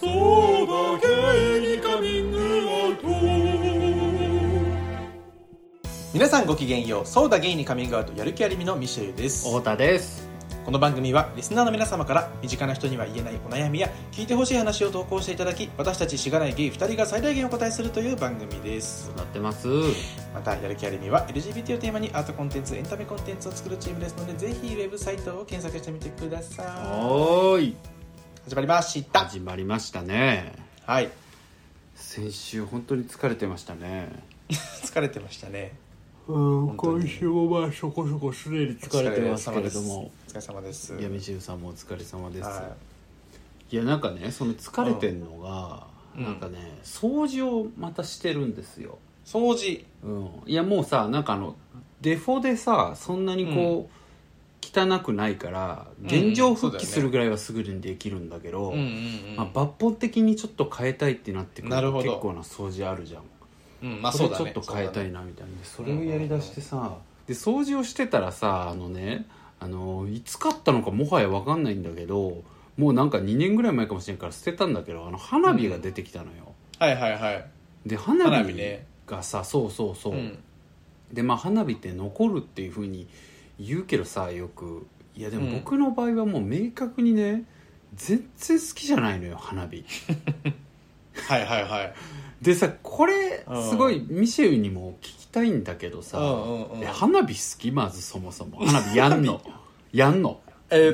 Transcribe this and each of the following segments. そうだけにカミングアウト皆さんごきげんようそうだゲイにカミングアウトやる気ありみのミシェルです太田ですこの番組はリスナーの皆様から身近な人には言えないお悩みや聞いてほしい話を投稿していただき私たちしがないゲイ2人が最大限お答えするという番組ですなってますまたやる気ありみは LGBT をテーマにアートコンテンツエンタメコンテンツを作るチームですのでぜひウェブサイトを検索してみてくださおーいい始まりました始まりましたねはい 先週本当に疲れてましたね疲れてましたねうん当に今週もまあそこそこすでに疲れてますけれどもお疲れ様ですお疲れ様闇で中さんもお疲れ様すです、、はいやなんかねその疲れてんのが、うんなんかね掃除をまたしてるんですよい掃除うんいやもうさなんかあのデフォでさそんなにこう、汚くないからん現状そう復だよ帰ねするぐらいはすぐにできるんだけど、うんうんまあ、抜本的にちょっと変えたいってなってくるなるとほど結構な掃除あるじゃん、うんまあそそれうだちょねっと変えたそうだねいなみたいなでそれをやりだしてさで掃除をしてたらさあのねあのいつ買ったのかもはや分かんないんだけどもうなんか2年ぐらい前かもしれんから捨てたんだけどあの花火が出てきたのよ、はいはいはいで花花火火ねがさ、そうそうそう、うんでまあ花火って残るっていうふうに言うけどさよくいやでうもん僕の場合はもう明確にね全然好きじゃないのよ花火はいはい はいでさこれうんすごいミシェルにも聞きたいんだけどさ、うんうんうんえ花火好きまずそもそも花火やん のやんの、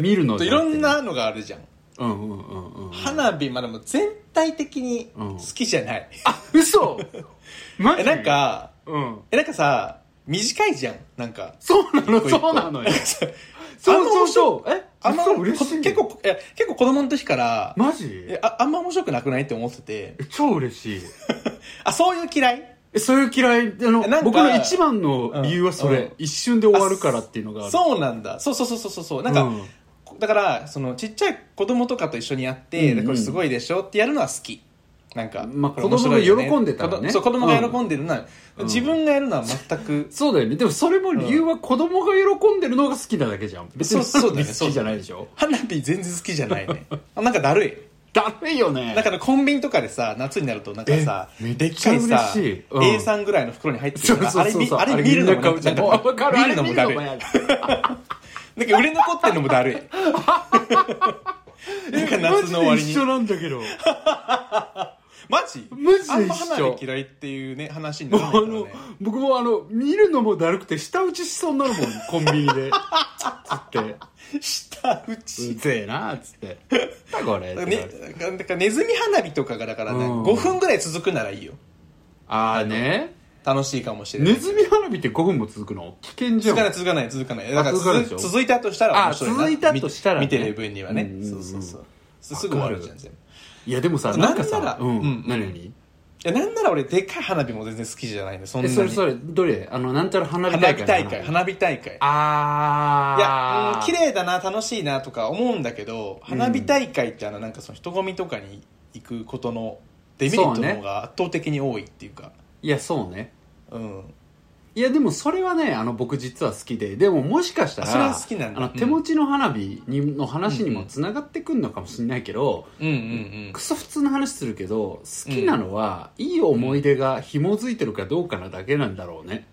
見るのといじゃなろくてんなのがあるじゃんうんうんうんうん花火まあでも全体的にうん好きじ ゃない、嘘マえなん、かうん、えなんかさ短いじゃんなんかそうなの一個一個 そうなのよ あんまそうそう面そうえあんま嘘嬉しい結構いや結構子供の時からマジえああんま面白くなくないって思っててえ超嬉しいあそういう嫌いえそういう嫌いあのなんか僕の一番の理由はそれ、うんうん一瞬で終わるからっていうのがあるそうなんだそうそうそうそうそうそうなんか、うんだからそのちっちゃい子供とかと一緒にやって、うんうんこれすごいでしょってやるのは好きなんか、まあこれ面白いよ子供が喜んでたらね子供そう子供が喜んでるのは、うん自分がやるのは全くそうだよねでもそれも理由は子供が喜んでるのが好きなだけじゃん別にそうそうだね好きじゃないでしょ花火全然好きじゃな いねあなんかだるいだめよねだからコンビニとかでさ夏になるとなんかさえめっちゃでっかいさ嬉しいうん A さんぐらいの袋に入ってそるうかそうらそうあれ見そうあれ見るのもなんみんな買うじゃんわかる見るのもだるいあれ見るのもやなんか売れ残ってるのも だるいなんかマ夏ジの終わでりに一緒なんだけどマジで一緒マジあんま花火嫌いっていうね話になもうらあないからのね僕もあの見るのもだるくて舌打ちしそうになるもんコンビニでつ って下打「うちぜえな」っつって「なんだこれ」ってね、なんかネズミ花火とかがだからね、うん5分ぐらい続くならいいよああね楽しいかもしれないネズミ花火って5分も続くの危険じゃ続んかない続かない続かないだから続かないでしょ続続いたとしたら面白いなあ続いたとしたらねみ見てる分にはね、うんうんうんそうそうそうすすぐ終わるじゃん全部いやでもさななんんかならさうんうんうん何何いやなんなら俺でかい花火も全然好きじゃないんでそえんなにそれそれどれあのなんちゃら花火花大火会大会花火大会いや、うあんあ綺麗だな楽しいなとか思うんだけど花火大会ってあのなんかその人混みとかに行くことのデメリットの方が圧倒的に多いっていうかいやそうねうんいやでもそれはねあの僕実は好きででももしかしたらあそれは好きなんだあのうん手持ちの花火にの話にもつながってくんのかもしれないけど、うんうんクソ普通の話するけど好きなのは、いい思い出が紐づいてるかどうかなだけなんだろうね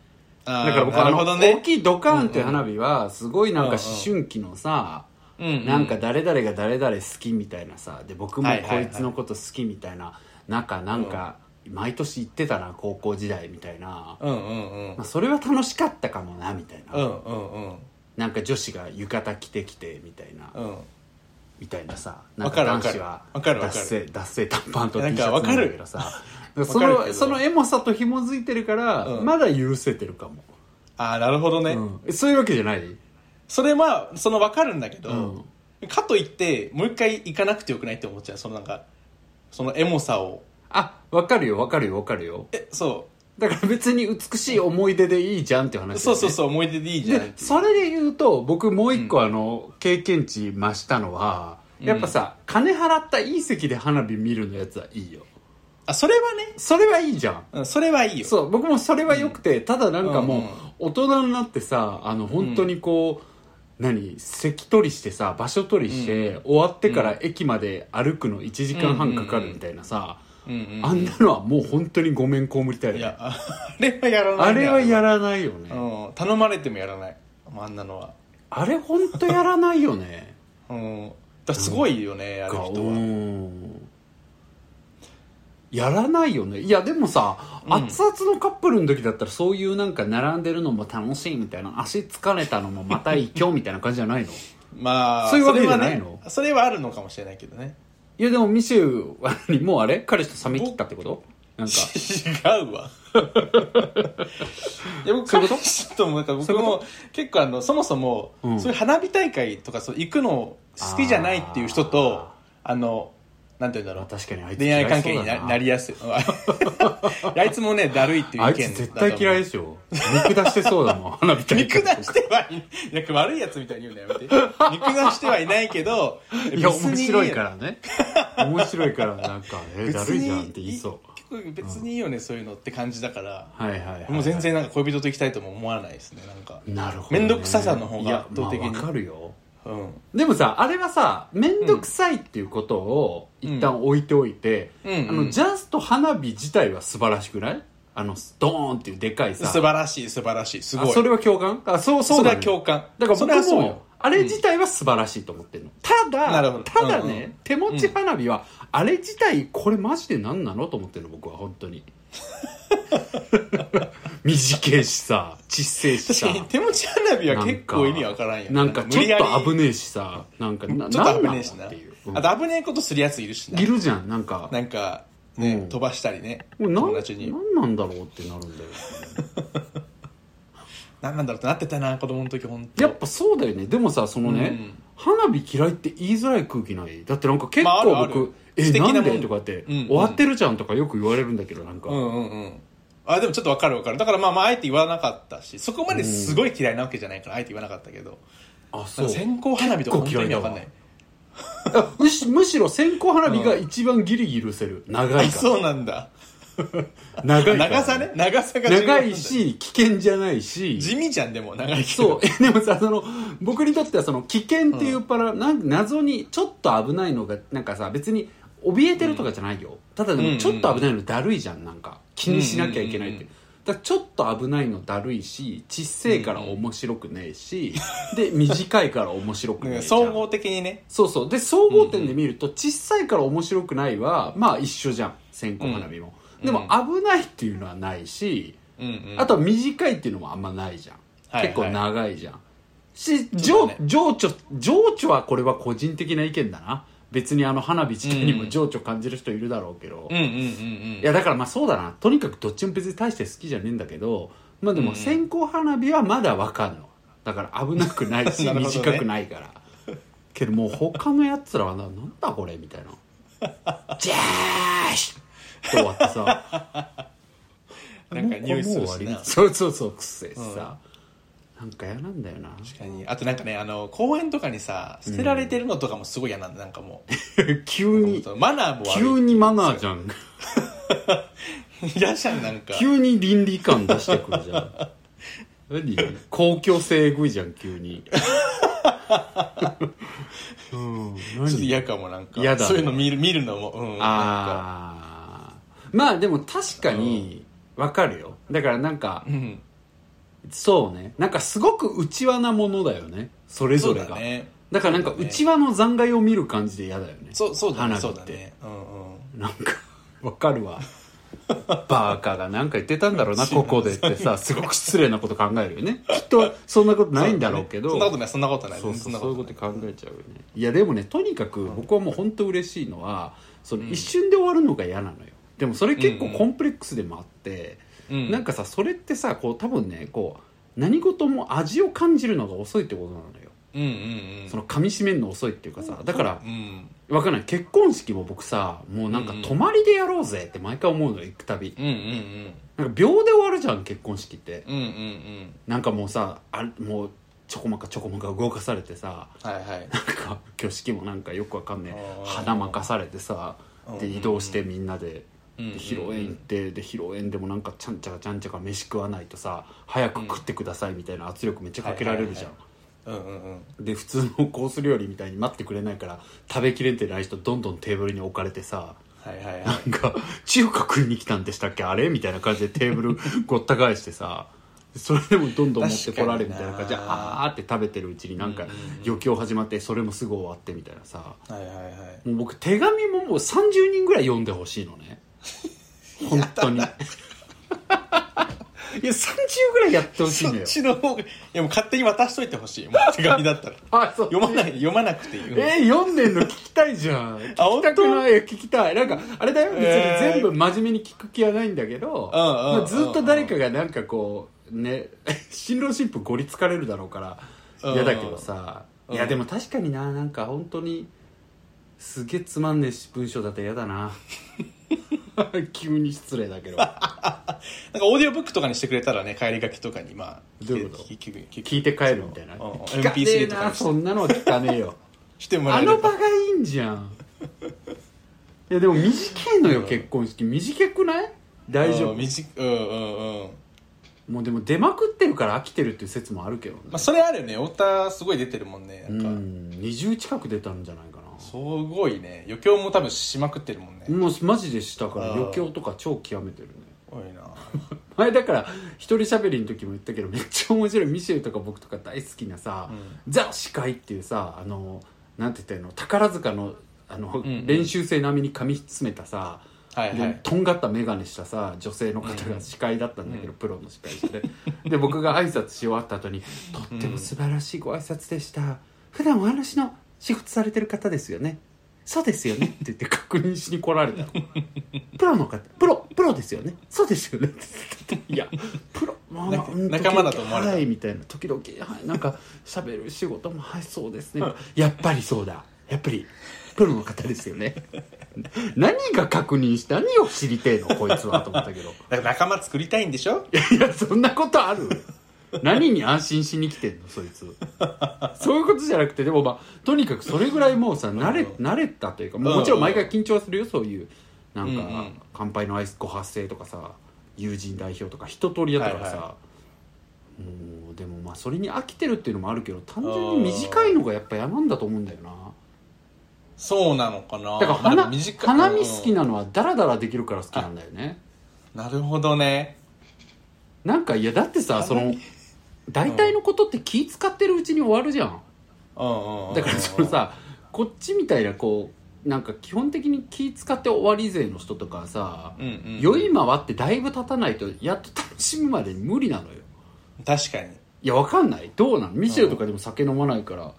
だだから僕なあるのほど大ね、きいドカーンって花火はすごいなんうんうかん思春期のさ、うんうんなんか誰々が誰々好きみたいなさで僕もはいはいこはいいつのこと好きみたいな、なんかなんか毎年行ってたな高校時代みたいな、うんうんうんまあ、それは楽しかったかもなみたいな、うんうんうんなんか女子が浴衣着てきてみたいな、うんみたいなさなわんかかるわ男かる子はわかるわかる脱製脱製短パンと T なシんャかツわなかんるだけどさだからそわかるけのどそのエモさと紐づいてるから、うんまだ許せてるかも、ああなるほどね、うんえそういうわけじゃないそれはその分かるんだけど、かといってもう一回行かなくてよくないって思っちゃうそのなんかそのエモさをあわかるよわかるよわかるよえそだから別に美しい思い出でいいじゃんっていう話だうよねそうそうそう思い出でいいじゃんでそれで言うと僕もう一個あの、経験値増したのはうんやっぱさ、金払ったいい席で花火見るのやつはいいよあそれはねそれはいいじゃんうんそれはいいよそう僕もそれは良くて、ただなんかもう、うんうん大人になってさあの本当にこう、何席取りしてさ場所取りして、終わってから駅まで歩くの1時間半かかるみたいなさ、うんうんうんあんなのはもう本当にごめんこむりたいよいねや ああれはやらないあれはやららないよね、うん頼まれてもやらないもうあんなのはあれ本当やらないよねうんだからすごいよねやるが人うはんやらないよねいやでもさ、うん熱々のカップルの時だったらそういうなんか並んでるのも楽しいみたいな足疲れたのもまた一興みたいな感じじゃないのまあそういうわけれはねじゃないのそれはあるのかもしれないけどねいやでもミシューは何もうあれ彼氏と冷め切ったってことなんか違う わいや僕そういうこと彼氏ともなんか僕そういうも結構あのそもそも、うんそういう花火大会とかそう行くの好きじゃないっていう人とあのなんて言うんだろまあう確かにあいつ恋嫌い愛そうだ関係にななりややすい あいつもねだるいっていうあ意見いつ絶だと思う対嫌いでしょ見下してそうだもん花火見大会下してはいないなんか悪いやつみたいに言うの やめて見下してはいないけどいや面白いから ね面白いからなんか「え別にだるいじゃん」って言いそう結構別にいいよね、そういうのって感じだからはいはいはいはいもう全然なんか恋人と行きたいとも思わないですねなんかなるほどね面倒くささの方がいや圧倒的にまあわかるようんでもさあれはさ面倒くさいっていうことを一旦置いておいて、うんあのジャスト花火自体は素晴らしくないあのドーンっていうでかいさ素晴らしい素晴らしいすごいあそれは共感あそうそうそれだ,、は共感だからそれは僕そうよもあれ自体は素晴らしいと思ってるの、たなるだほどただね、うんうん手持ち花火は、あれ自体これマジで何なのと思ってるの僕は本当 に短いしさちっせえし確さかに手持ち花火は結構意味わからんよなんかちょっと危ねねえしさなんかなちょっと危んねのえしなっていう、うんあと危ねえことするやついるしないるじゃんなんかなんかね、うん飛ばしたりねもうなん友達になんなんだろうってなるんだよ何なんだろうってなってたな子供の時本当やっぱそうだよねでもさそのね、うん花火嫌いって言いづらい空気ないだってなんか結まああ構僕る、あるえ素敵ななもんんでとかって、うんうん終わってるじゃんとかよく言われるんだけどなんか、うんうんうんあでもちょっとわかるわかるだからまあまああえて言わなかったしそこまですごい嫌いなわけじゃないからあえて言わなかったけどあなんか線香花火とか本当に意味わかんないあ むしむしろ線香花火が一番ギリギリ許せる長いあからそうなんだ長いから長さね長さが重要な長んだいし危険じゃないし地味じゃんでも長いけそう どえでもさその僕にとってはその危険っていうパラ、なん謎にちょっと危ないのがなんかさ別に怯えてるとかじゃないよ、ただでうんうんうもんちょっと危ないのだるいじゃんなんか気にしなきゃいけないって、うんうんうんだからちょっと危ないのだるいしちっせえから面白くねえし、で短いから面白くなんねえ かじゃん総合的にねそうそうで総合点で見ると小さいから面白くないはまあ一緒じゃん線香花火も、うんでも危ないっていうのはないし、うんうんあとは短いっていうのもあんまないじゃん、はいはい結構長いじゃんしそう情,、だね情緒情緒はこれは個人的な意見だな別にあの花火自体にも情緒感じる人いるだろうけど、うんいうんうんうんやだからまあそうだなとにかくどっちも別に大して好きじゃねえんだけどまあでうもん線香花火はまだわかんのだから危なくないし なるほどね短くないからけどもう他のやつらはななんだこれみ たいな「ジャーシ!」って終わってさなんか匂いするもうし終わなりそうそうそうくせえしさ、なんか嫌なんだよな確かにあとなんかねあの公園とかにさ捨てられてるのとかもすごい嫌なんだなんかも 急うにマナーも悪い急にマナーじゃん嫌じゃんなんか急に倫理観出してくるじゃん 何公共性えぐいじゃん急にうん何ちょっと嫌かもなんか嫌だねそういうの見る見るのもうんなんかああまあでも確かにわかるよだからなんかうんそうねなんかすごく内輪なものだよねそれそぞうれだがねだからなんか内輪の残骸を見る感じで嫌だよねそうそうだ花ね火そっうだてねうんうんなんかわかるわバーカがなんか言ってたんだろう なここでってさすごく失礼なこと考えるよねきっとそんなことないんだろうけどそんなことないそんなことないそうそそんうなそういうこことと考えちゃうよねいやでもねとにかく僕はもう本当嬉しいのはその一瞬で終わるのが嫌なのよでもそれ結構コンプレックスでもあって、ないなんかさそれってさこう多分ねこう何事も味を感じるのが遅いってことなのようんうんうんその噛み締めるの遅いっていうかさだからうんわかんない結婚式も僕さもうなんかうんうん泊まりでやろうぜって毎回思うのよ行くたびうんうんなんか秒で終わるじゃん結婚式ってうんうんうんなんかもうさあれもうちょこまかちょこまか動かされてさうんはいはいなんか挙式もなんかよくわかんねあえー花任されてさで移動してみんなでうんう んで披露宴行ってで披露宴でもなんかちゃんちゃかちゃんちゃか飯食わないとさ早く食ってくださいみたいな圧力めっちゃかけられるじゃんうんうんうんうんで普通のコース料理みたいに待ってくれないから食べきれてない人どんどんテーブルに置かれてさはいはいはないんか中華食いに来たんでしたっけあれみたいな感じでテーブルごった返してさそれでもどんどん持ってこられみたいな感じ で確かになあーって食べてるうちになんかうんうんうん余興始まってそれもすぐ終わってみたいなさはいはいはいもう僕手紙ももう30人ぐらい読んでほしいの ね本当にいや30ぐ らいやってほしいそのっよちの方がいやもう勝手に渡しといてほしいもう手紙だったらあそう読まない読まなくていい、うんえー、読んでんの聞きたいじゃ ん。聞き本当たくない聞きたい。なんか、あれだよ、別えーに全部真面目に聞く気はないんだけど、うんうんまあ、ずっと誰かがなんかこう、ね、 新郎新婦ごりつかれるだろうから、うん嫌だけどさ、うんいやでも確かにな、なんか本当に、すげえつまんねえし文章だったら嫌だ な。急に失礼だけど。なんかオーディオブックとかにしてくれたらね帰りがけとかにまあどういうこと聞く聞く聞いて帰るみたいな。うんうん聞かねえ MP3 とかな、にしてそんなのは聞かねえよ。してもらあえれの場ばがいいんじゃ んいやでも短いのよ結婚式短くない大丈うん夫短いうんうんうんもうでも出まくってるから飽きてるっていう説もあるけどね、まあそれあるよね太田すごい出てるもんねうなんか、ん20近く出たんじゃないかすなごいね余興も多分しまくってるもんね、もうマジでしたからあー余興とか超極めてるね多いな前だから一人喋りの時も言ったけどめっちゃ面白いミシェルとか僕とか大好きなさ、うんザ・司会っていうさあのなんて言ったらいいの宝塚のあの、んうん練習生並みに噛み詰めたさはいはでいとんがった眼鏡したさ女性の方が司会だったんだけど、うんプロの司会者でで僕が挨拶し終わった後に「とっても素晴らしいご挨拶でした普段お話の仕事されてる方ですよねそうですよね」って言って確認しに来られたのプロの方プロプロですよねそうですよね」って言っていやプロまあまなあんかうん仲間だと思われたはい」みたいな時々「はいなんか喋る仕事もはいそうですね」 やっぱりそうだやっぱりプロの方ですよね何が確認して何を知りてえのこいつはと思ったけどだから仲間作りたいんでしょ いやそんなことある何に安心しに来てんのそいつそういうことじゃなくてでもまあとにかくそれぐらいもうさ慣れ慣れたというかもうもちろん毎回緊張はするよそういうなんうんうかん乾杯のアイスご発声とかさ友人代表とか一通りやったからさ、はいはもうでもまあそれに飽きてるっていうのもあるけど単純に短いのがやっぱ嫌なんだと思うんだよなそうなのかなだからま花あ短い花見好きなのはダラダラできるから好きなんだよねうんなるほどねなんかいやだってさそ花の大体のことって気使ってるうちに終わるじゃんうんうんうんだからそのさこっちみたいなこうなんか基本的に気使って終わり勢の人とかはさうんうん酔い回ってだいぶ経たないとやっと楽しむまでに無理なのよ確かにいやわかんないどうなのミシェルとかでも酒飲まないから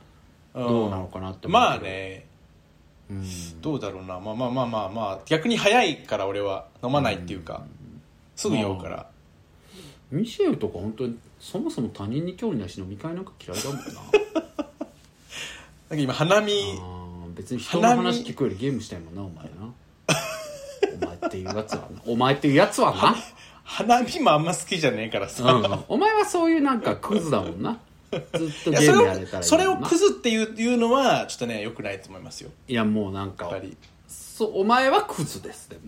うんどうなのかなって思うけどまあねうんどうだろうなまあまあまあまあまあ逆に早いから俺は飲まないっていうかすぐ酔うからミシェルとか本当にそもそも他人に興味ないし飲み会なんか嫌いだもんななんか今花見あー別に人の話聞くよりゲームしたいもんなお前なお前っていうやつはなお前っていうやつは花見もあんま好きじゃねえからな、さ、うん、お前はそういうなんかクズだもんなずっといゲーやそれムやれたをらそれをいいもんなクズっていういうのはちょっとねよくないと思いますよいやもうなんやっかぱりそうお前はクズですでも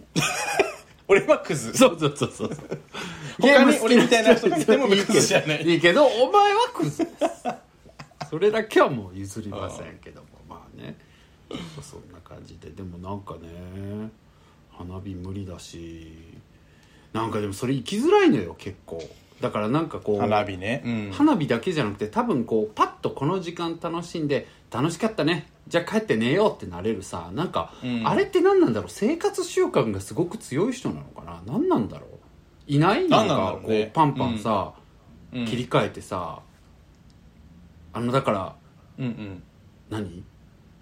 俺はクズそうそうそう そう他に俺みたいな人がいてもクズじゃないいいけどお前はクズです それだけはもう譲りませんけどもまあねそんな感じででもなんかね花火無理だしなんかでもそれ行きづらいのよ結構だからなんかこう花火ね、うん、花火だけじゃなくて多分こうパッとこの時間楽しんで楽しかったねじゃあ帰って寝ようってなれるさなんか、うんあれって何なんだろう生活習慣がすごく強い人なのかな何なんだろういないな何んなんだろかうこねうパンパンさ、うん切り替えてさあのだからうんうん何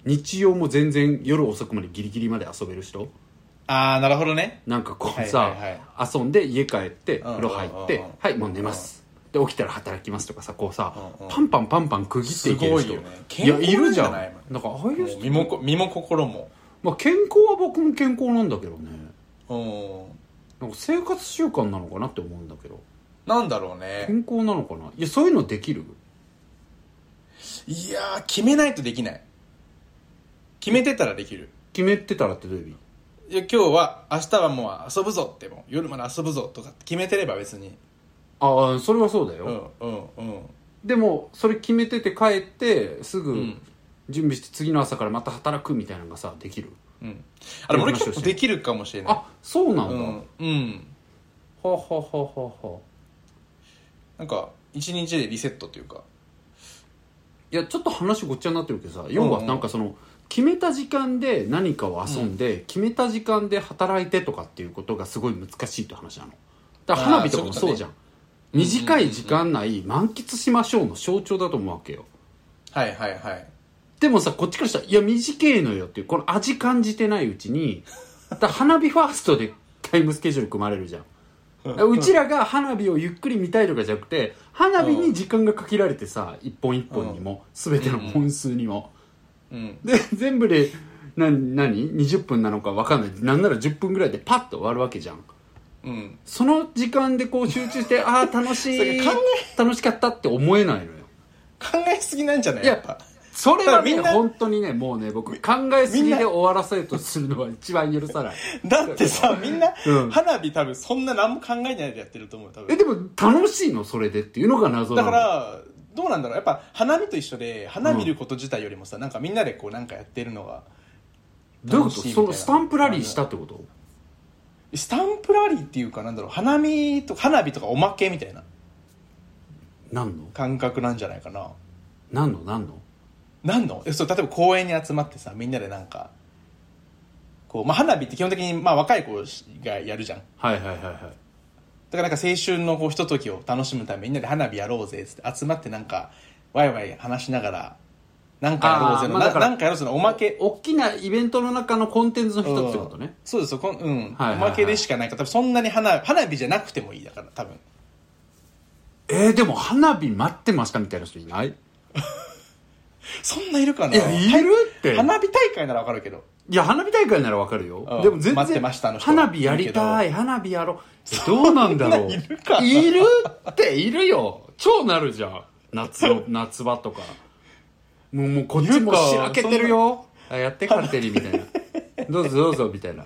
日曜も全然夜遅くまでギリギリまで遊べる人ああなるほどねなんかこうはいさ、はい遊んで家帰ってうん風呂入っうんてうんはいもう寝ますで起きたら働きますとかさこうさうんうんパンパンパンパン区切っていけるす人ごいよねいや健康なんいるじゃんじゃなないんかああいもうう人身もこ身も心もまあ健康は僕も健康なんだけどねうんなんか生活習慣なのかなって思うんだけどなんだろうね健康なのかないやそういうのできるいやー決めないとできない決めてたらできる決めてたらってどういう意味いや今日は明日はもう遊ぶぞってもう夜まで遊ぶぞとかって決めてれば別にああそれはそうだうよんうんうんでもそれ決めてて帰ってすうぐん準備して次の朝からまた働くみたいなのがさできるうん、あれ俺結構できるかもしれないあそうなんうだ、はん、うん、あはあはあはあはあなんか一日でリセットというかいやちょっと話ごっちゃになってるけどさ要はなんかその決めた時間で何かを遊んで、決めた時間で働いてとかっていうことがすごい難しいって話なのだから花火とかもあーそそういううことねじゃん短い時間内満喫しましょうの象徴だと思うわけよはいはいはいでもさこっちからしたら「いや短いのよ」っていうこの味感じてないうち にだから花火ファーストでタイムスケジュール組まれるじゃんだからうちらが花火をゆっくり見たいとかじゃなくて花火に時間が限られてさ一本一本にも全ての本数にもうんで 全部で何何20分なのか分かんないなんなら10分ぐらいでパッと終わるわけじゃんうんその時間でこう集中してああ楽しそれい考楽しかったって思えないのよ考えすぎなんじゃないいややっぱそれはねだからみんな本当にねもうね僕考えすぎで終わらせようとするのは一番許さないだってさみんなうん花火多分そんな何も考えないでやってると思う多分えでも楽しいのそれでっていうのが謎なだのからどうなんだろうやっぱ花見と一緒で花見ること自体よりもさ、なんかみんなでこうなんかやってるのがどういうこと楽しいみたそいなのスタンプラリーしたってことスタンプラリーっていうかなんだろう花見と花火とかおまけみたいな何の感覚なんじゃないかな何の何のなんのえそう例えば公園に集まってさみんなでなんかこう、まあ、花火って基本的に、まあ、若い子がやるじゃんだはいはいはいはいからなんか青春のこうひとときを楽しむためにみんなで花火やろうぜっつって集まってなんかワイワイ話しながらなんかやろうぜの、あーまあだなからなんかやろうぜのおまけ大きなイベントの中のコンテンツの一つってことね、そうですよこんうん、はいはいはいおまけでしかないから多分そんなに花花火じゃなくてもいいだから多分えー、でも花火待ってましたみたいな人いないそんないるかないやいるって花火大会ならわかるけどいや花火大会ならわかるよ、うんでも全待って然ましたの人花火やりたい花火やろうどうなんだろうそんないるかないるっているよ超なるじゃん夏 の夏場とかもうもうこっちもいるかしらけてるよあやって勝手にみたいなどうぞどうぞみたいな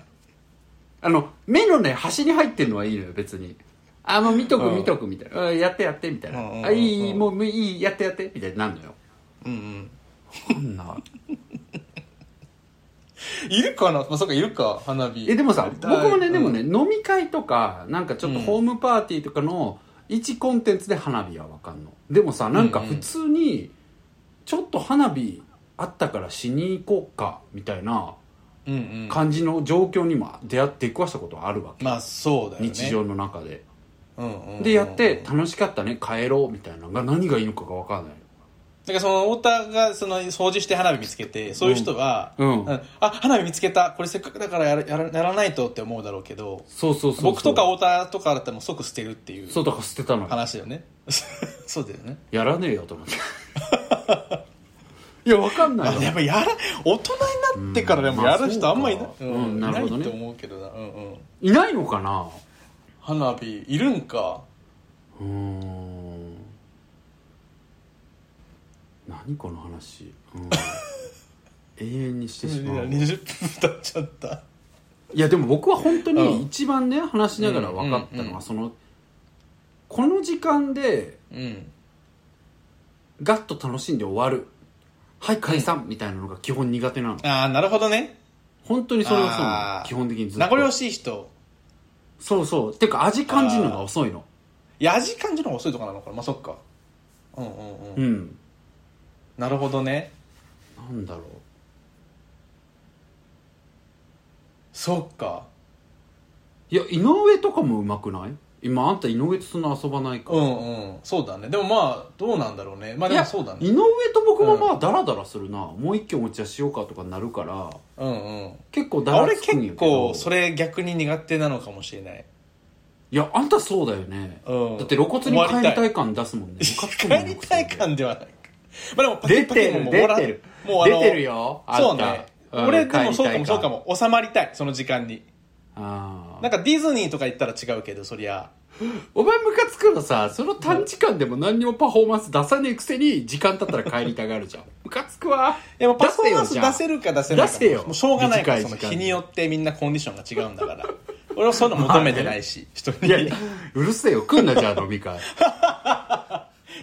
あの目のね端に入ってるのはいいのよ別にあもう見とくうん見とくみたいな、うんやってやってみたいな、うんうんうんうんあいいもういいやってやってみたいになるのようんうんこんないるかな、まあ、そうかいるか花火えでもさやり僕たいもねうんでもね、飲み会とかなんかちょっとうんホームパーティーとかの一コンテンツで花火はわかんのでもさなんかうんうん普通にちょっと花火あったからしに行こうかみたいなうんうん感じの状況にも出会って出くわしたことはあるわけ、まあそうだよね日常の中でうんうんうんうんでやって楽しかったね帰ろうみたいなのが何がいいのかがわかんないだからその太田がその掃除して花火見つけてそういう人は、うんうんあ花火見つけたこれせっかくだからやらやらやらないとって思うだろうけどそうそうそうそう僕とか太田とかだったらもう即捨てるっていうそうだから捨てたのよ話だよね そうだよねやらねえよと思っていやわかんないあよやっぱやら大人になってからでもやる人あんまいな,、うんまあそうかうんなるほどねいないと思うけどな、うんうん、いないのかな花火いるんかうーん何この話、うん 永遠にしてしまうい20分経っちゃったやでも僕は本当うんに一番ね話しながら分かったのは、うんうんうんそのこの時間でうんガッと楽しんで終わるはい解散みたいなのが基本苦手なのああなるほどね本当にそれがそうなあのー基本的にずっと名残惜しい人そうそうてか味感じるのが遅いのいや味感じるのが遅いとかなのかなまあそっかうんうんうん、うんなるほどねなんだろうそっかいや井上とかもうまくない今あんた井上とそんな遊ばないからうんうんそうだねでもまあどうなんだろうねまあいでもやそうだ井ね上と僕もまあダラダラするな、もう一軒お茶しようかとかなるからうんうん結構ダラ俺つくんや結けど構それ逆に苦手なのかもしれない、いやあんたそうだよね、うん、だって露骨に終わ帰りたいい感出すもんね帰りたい感ではないまあでもパキ出パキてもるもう出らてるもうあの出てるよあんたそうねうん俺でもそうか帰りたいもそうかも収まりたいその時間にあなんあかディズニーとか行ったら違うけどそりゃお前ムカつくのさその短時間でも何にもパフォーマンス出さねえくせに時間経ったら帰りたがるじゃんムカつくわでもパフォーマンス出せよじゃあ出せるか出せないか出せよもうしょうがないからそ短のい時間日によってみんなコンディションが違うんだから俺はそういうの求めてないし人にいやいやうるせえよ来んなじゃあ飲み会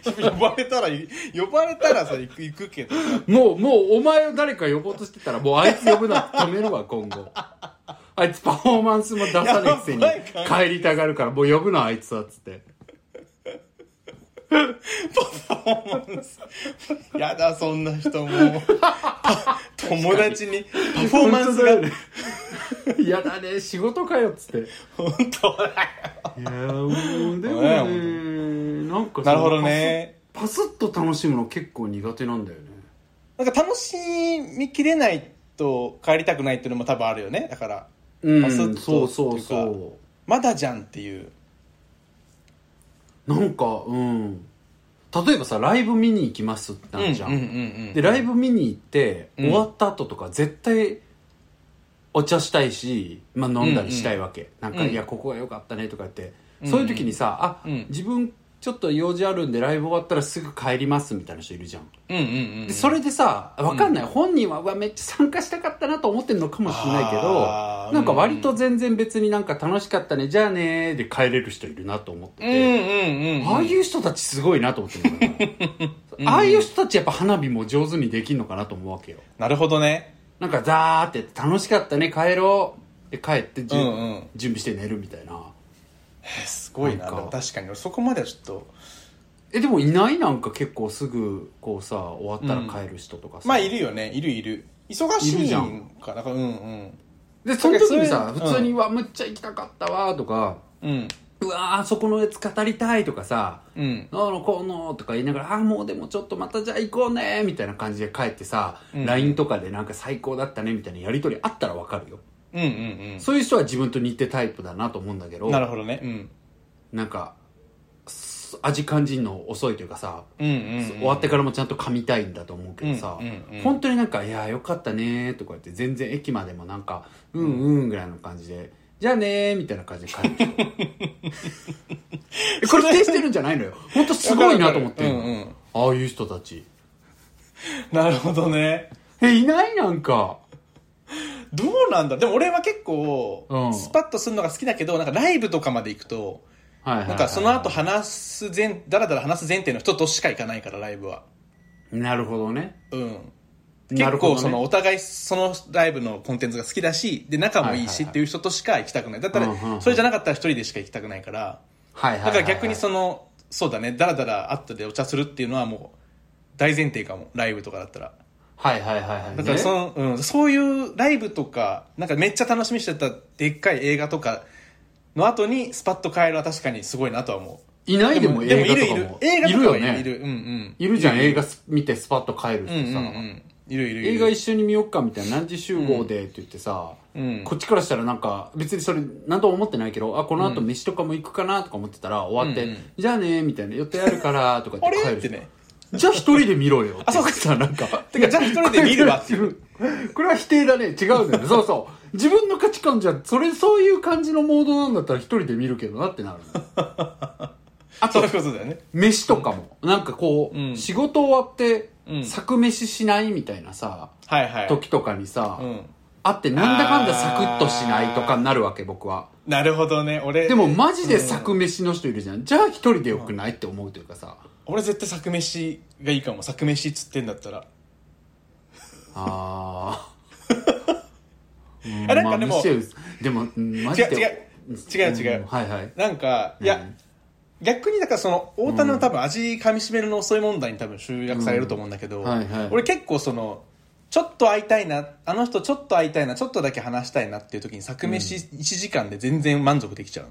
呼ばれたらい呼ばれたらさ行く行くけどさもう、もう、お前を誰か呼ぼうとしてたら、もうあいつ呼ぶなって止める わ、今後。あいつパフォーマンスも出さねえくせにやばい考え、帰りたがるから、もう呼ぶな、あいつは、つって。やだそんな 人も友達にパフォーマンス本当がだよね。 やだね、仕事かよ、つって。本当だよいやーもう、でもねね、なんかそのなるほどねパス。パスッと楽しむの結構苦手なんだよね。なんか楽しみきれないと帰りたくないっていうのも多分あるよねだからうパスッん、とそうそうっていうそまだじゃんっていうう。なんか、うん。例えばさ、ライブ見に行きますってなるじゃうんうんうんうんでライブ見に行って、うん終わった後とか絶対お茶したいし、まあ、飲んだりしたいわけ、なんか、うんいやここが良かったねとか言って、うんそういう時にさあ、うん自分ちょっと用事あるんでライブ終わったらすぐ帰りますみたいな人いるじゃん、うんうんうんでそれでさ分かんない、本人はうわめっちゃ参加したかったなと思ってるのかもしれないけあどーなんか割と全然別になんか楽しかったねじゃあねーで帰れる人いるなと思ってうんうて、んうんああいう人たちすごいなと思ってるんだよ ねああいう人たちやっぱ花火も上手にできるのかなと思うわけよなるほどねなんかザーってやって楽しかったね帰ろうで帰ってじゅ、うんうん準備して寝るみたいなすごいななんかでも確かに俺そこまではちょっとえでもいないなんか結構すぐこうさ終わったら帰る人とかさ、まあいるよねいるいる忙しいるいじゃんんかなんかうんうんでその時になさんかそれ普通に「わむっちゃ行きたかったわ」とかうん「うわーあそこのやつ語りたい」とかさうん「あのこうの」とか言いながら「あーもうでもちょっとまたじゃあ行こうね」みたいな感じで帰ってさ、うん LINE とかでなんか最高だったねみたいなやり取りあったらわかるようんうんそういう人は自分と似てタイプだなと思うんだけうどんなるほどねうんなんかす味感じるの遅いというかさ、うんうんうん終わってからもちゃんと噛みたいんだと思うけどさ、うんうんうん本当になんか「いやよかったね」とか言って全然駅までもなんか「うんうん」ぐらいの感じで「じゃあね」みたいな 感じで帰ってくるえこれ否定してるんじゃないのよ本当すごいなと思ってるわかるわかるああいう人たちなるほどねえいないなんかどうなんだでも俺は結構うんスパッとするのが好きだけどなんかライブとかまで行くとはいはいはいなんかその後話す前だらだら話す前提の人としか行かないからライブはなるほどねうんな結るほど構ねそのお互いそのライブのコンテンツが好きだしで仲もいいはいはいしはいっていう人としか行きたくないだったうんうんうらんそれじゃなかったら一人でしか行きたくないからはいはいはだいはいから逆にそのそうだねだらだら後でお茶するっていうのはもう大前提かもライブとかだったらはいはいはいはいだからねその、うん、そういうライブとかなんかめっちゃ楽しみにしてたでっかい映画とかの後にスパッと帰るは確かにすごいなとは思いなういでも映画とかもいるいる映画とるかよはいるねいる,、うんうん、いるじゃん、いる映画す見てスパッと帰る人うんうんうさ、んいるいるいる映画一緒に見よっかみたいな何時集合でって言ってさ、うんこっちからしたらなんか別にそれ何とも思ってないけどあこの後飯とかも行くかなとか思ってたら終わって、うんうんじゃあねみたいな予定あるからとか言って帰あれるって人ねじゃあ一人で見ろよってあそうかさなんかてかじゃあ一人で見るわっていうこれは否定だね違うんだ よねそうそう自分の価値観じゃそれそういう感じのモードなんだったら一人で見るけどなってなるのあとそういうことだよね飯とかも、なんかこう、うん仕事終わって、うん作飯しないみたいなさ、はいはい、時とかにさ、うん、あってなんだかんだサクッとしないとかになるわけ僕はなるほどね俺でもマジで作飯の人いるじゃん、じゃあ一人でよくないって思うというかさ、俺絶対作飯がいいかも作飯っつってんだったらあ ーあなんかでもまあ店でもうんマジで違う違う違ううんはいはいなんかいや、うん逆にだからその太田の多分味かみしめるの遅い問題に多分集約されると思うんだけど、うんはいはい俺結構そのちょっと会いたいなあの人ちょっと会いたいなちょっとだけ話したいなっていう時に作飯1時間で全然満足できちゃう、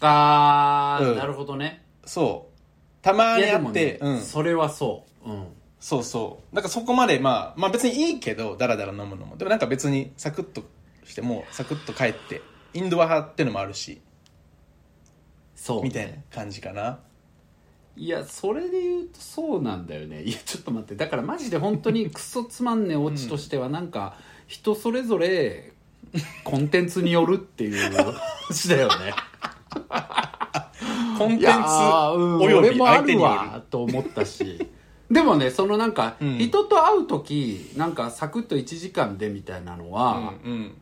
あー、うんなるほどねそうたまいやにで会もってね、、うん、それはそう、うん、そうそうなんかそこまでまあまあ別にいいけどダラダラ飲むのもでもなんか別にサクッとしてもうサクッと帰ってインドア派ってのもあるしそうみたいな感じかないやそれで言うとそうなんだよねいやちょっと待ってだからマジで本当にクソつまんねえオチとしてはなんか人それぞれコンテンツによるっていう話だよねコンテンいツやーうんおよ俺びもあ相手るによるわと思ったし でもねそのなんかうん人と会う時なんかサクッと1時間でみたいなのは、うんうん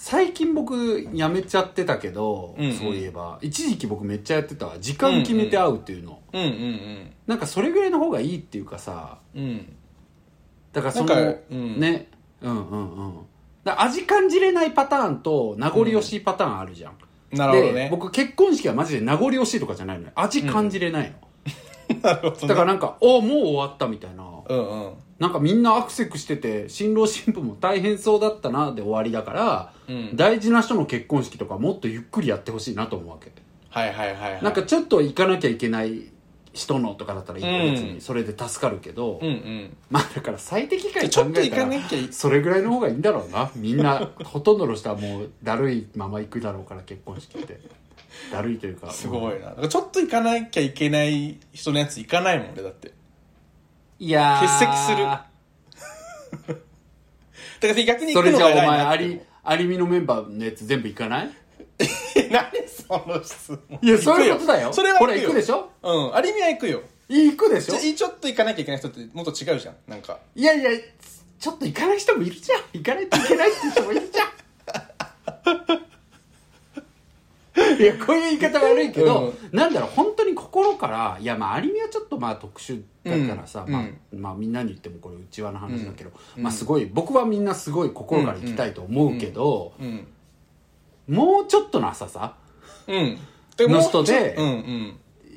最近僕やめちゃってたけど、うんうんそういえば一時期僕めっちゃやってたわ時間決めて会うっていうの、うんうんなんかそれぐらいの方がいいっていうかさうんうんだからそなんのかうんねうんうんうんだから味感じれないパターンと名残惜しいパターンあるじゃん、なるほどでね僕結婚式はマジで名残惜しいとかじゃないのよ味感じれないの、なるほどねだから なんか「おもう終わった」みたいなうんうんなんかみんなアクセクしてて新郎新婦も大変そうだったなで終わりだから、うん大事な人の結婚式とかもっとゆっくりやってほしいなと思うわけ、はいはいはいはいなんかちょっと行かなきゃいけない人のとかだったらいいようん別にそれで助かるけど、うんうんまあだから最適解ち考ょっとえ行たからなきゃいそれぐらいの方がいいんだろうなみんなほとんどの人はもうだるいまま行くだろうから結婚式ってだるいというかすうんごいなだからちょっと行かなきゃいけない人のやつ行かないもん俺だっていやー欠席するだから逆に行そくれのじゃあがお偉い前なアってリアリミのメンバーのやつ全部行かない 何その質問いやそういうことだよそれは行ほくらよ行くでしょうんありみは行くよ行くでしちょょちょっと行かなきゃいけない人ってもっと違うじゃんなんかいやいやちょっと行かない人もいるじゃん行かないといけないって人もいる じゃんいやこういう言い方悪いけど、なんだろう本当に心からいやまあアニメはちょっとまあ特殊だからさ、うんまあうんまあみんなに言ってもこれうちわの話だけど、まあすごい僕はみんなすごい心から行きたいと思うけど、うんもうちょっとの浅さうんでのもう人でちょうんうん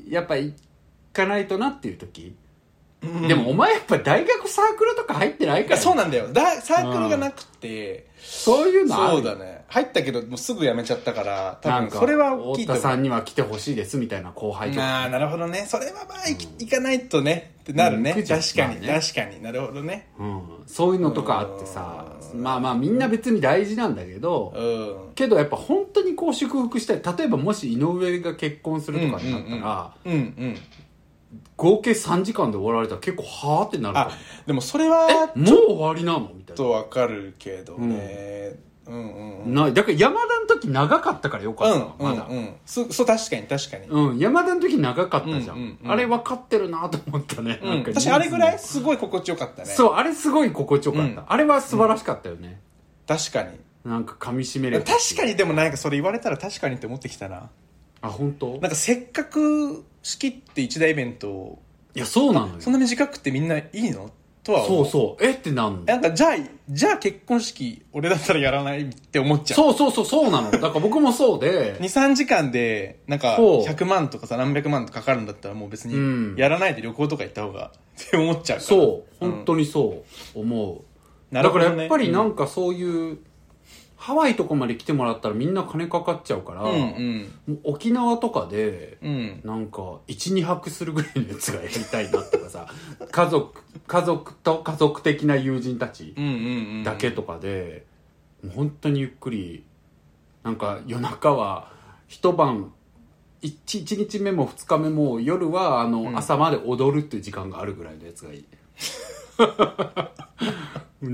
やっぱ行かないとなっていう時、でもお前やっぱ大学サークルとか入ってないいかやらそうなんだよだサークルがなくてそういうのあるそようだね入ったけどもうすぐ辞めちゃったから多なん分かそれは大きいと太田さ思うんには来てほしいですみたいな後輩とあかあなるほどねそれはまあ行き行かないとねってなるねうん行く確じゃんかにまあね確かになるほどねうん、そういうのとかあってさまあまあみんな別に大事なんだけど、うんけどやっぱ本当にこう祝福したい例えばもし井上が結婚するとかになったら、うんうん合計3時間で終わられたら結構はあってなるとあ思うでもそれはえもう終わりなのみたちょいなっとわかるけどねうんうんうんないだから山田の時長かったからよかったわ、うんまだうんうんそそう確かに確かにうん、山田の時長かったじゃん,、うんうんうんあれ分かってるなと思ったね、うなんんか私あれぐらいすごい心地よかったねそうあれすごい心地よかった、うんあれは素晴らしかったよね、確かになんか噛み締めれ確るかにでもなんかそれ言われたら確かにって思ってきたなあ本当なんかせっかく式って一大イベントいやそうなのよそんな短くてみんないいのとは思そううそうえってなんのなんかじゃあじゃあ結婚式俺だったらやらないって思っちゃうそうそうそうそうなのだから僕もそうで23時間でなんかそう100万とかさ何百万とかかかるんだったらもう別うんにやらないで旅行とか行った方が って思っちゃうからそううん本当にそう思う、なるだほかどねらやっぱりなんかそういう、ハワイとかまで来てもらったらみんな金かかっちゃうから、うんうんもう沖縄とかでうんなんか12泊するぐらいのやつがやりたいなとかさ 家族家族と家族的な友人たちうんうんうんだけとかで、もう本当にゆっくりなんか夜中は一晩 1, 日目も2日目も夜はあの、ん朝まで踊るっていう時間があるぐらいのやつがい い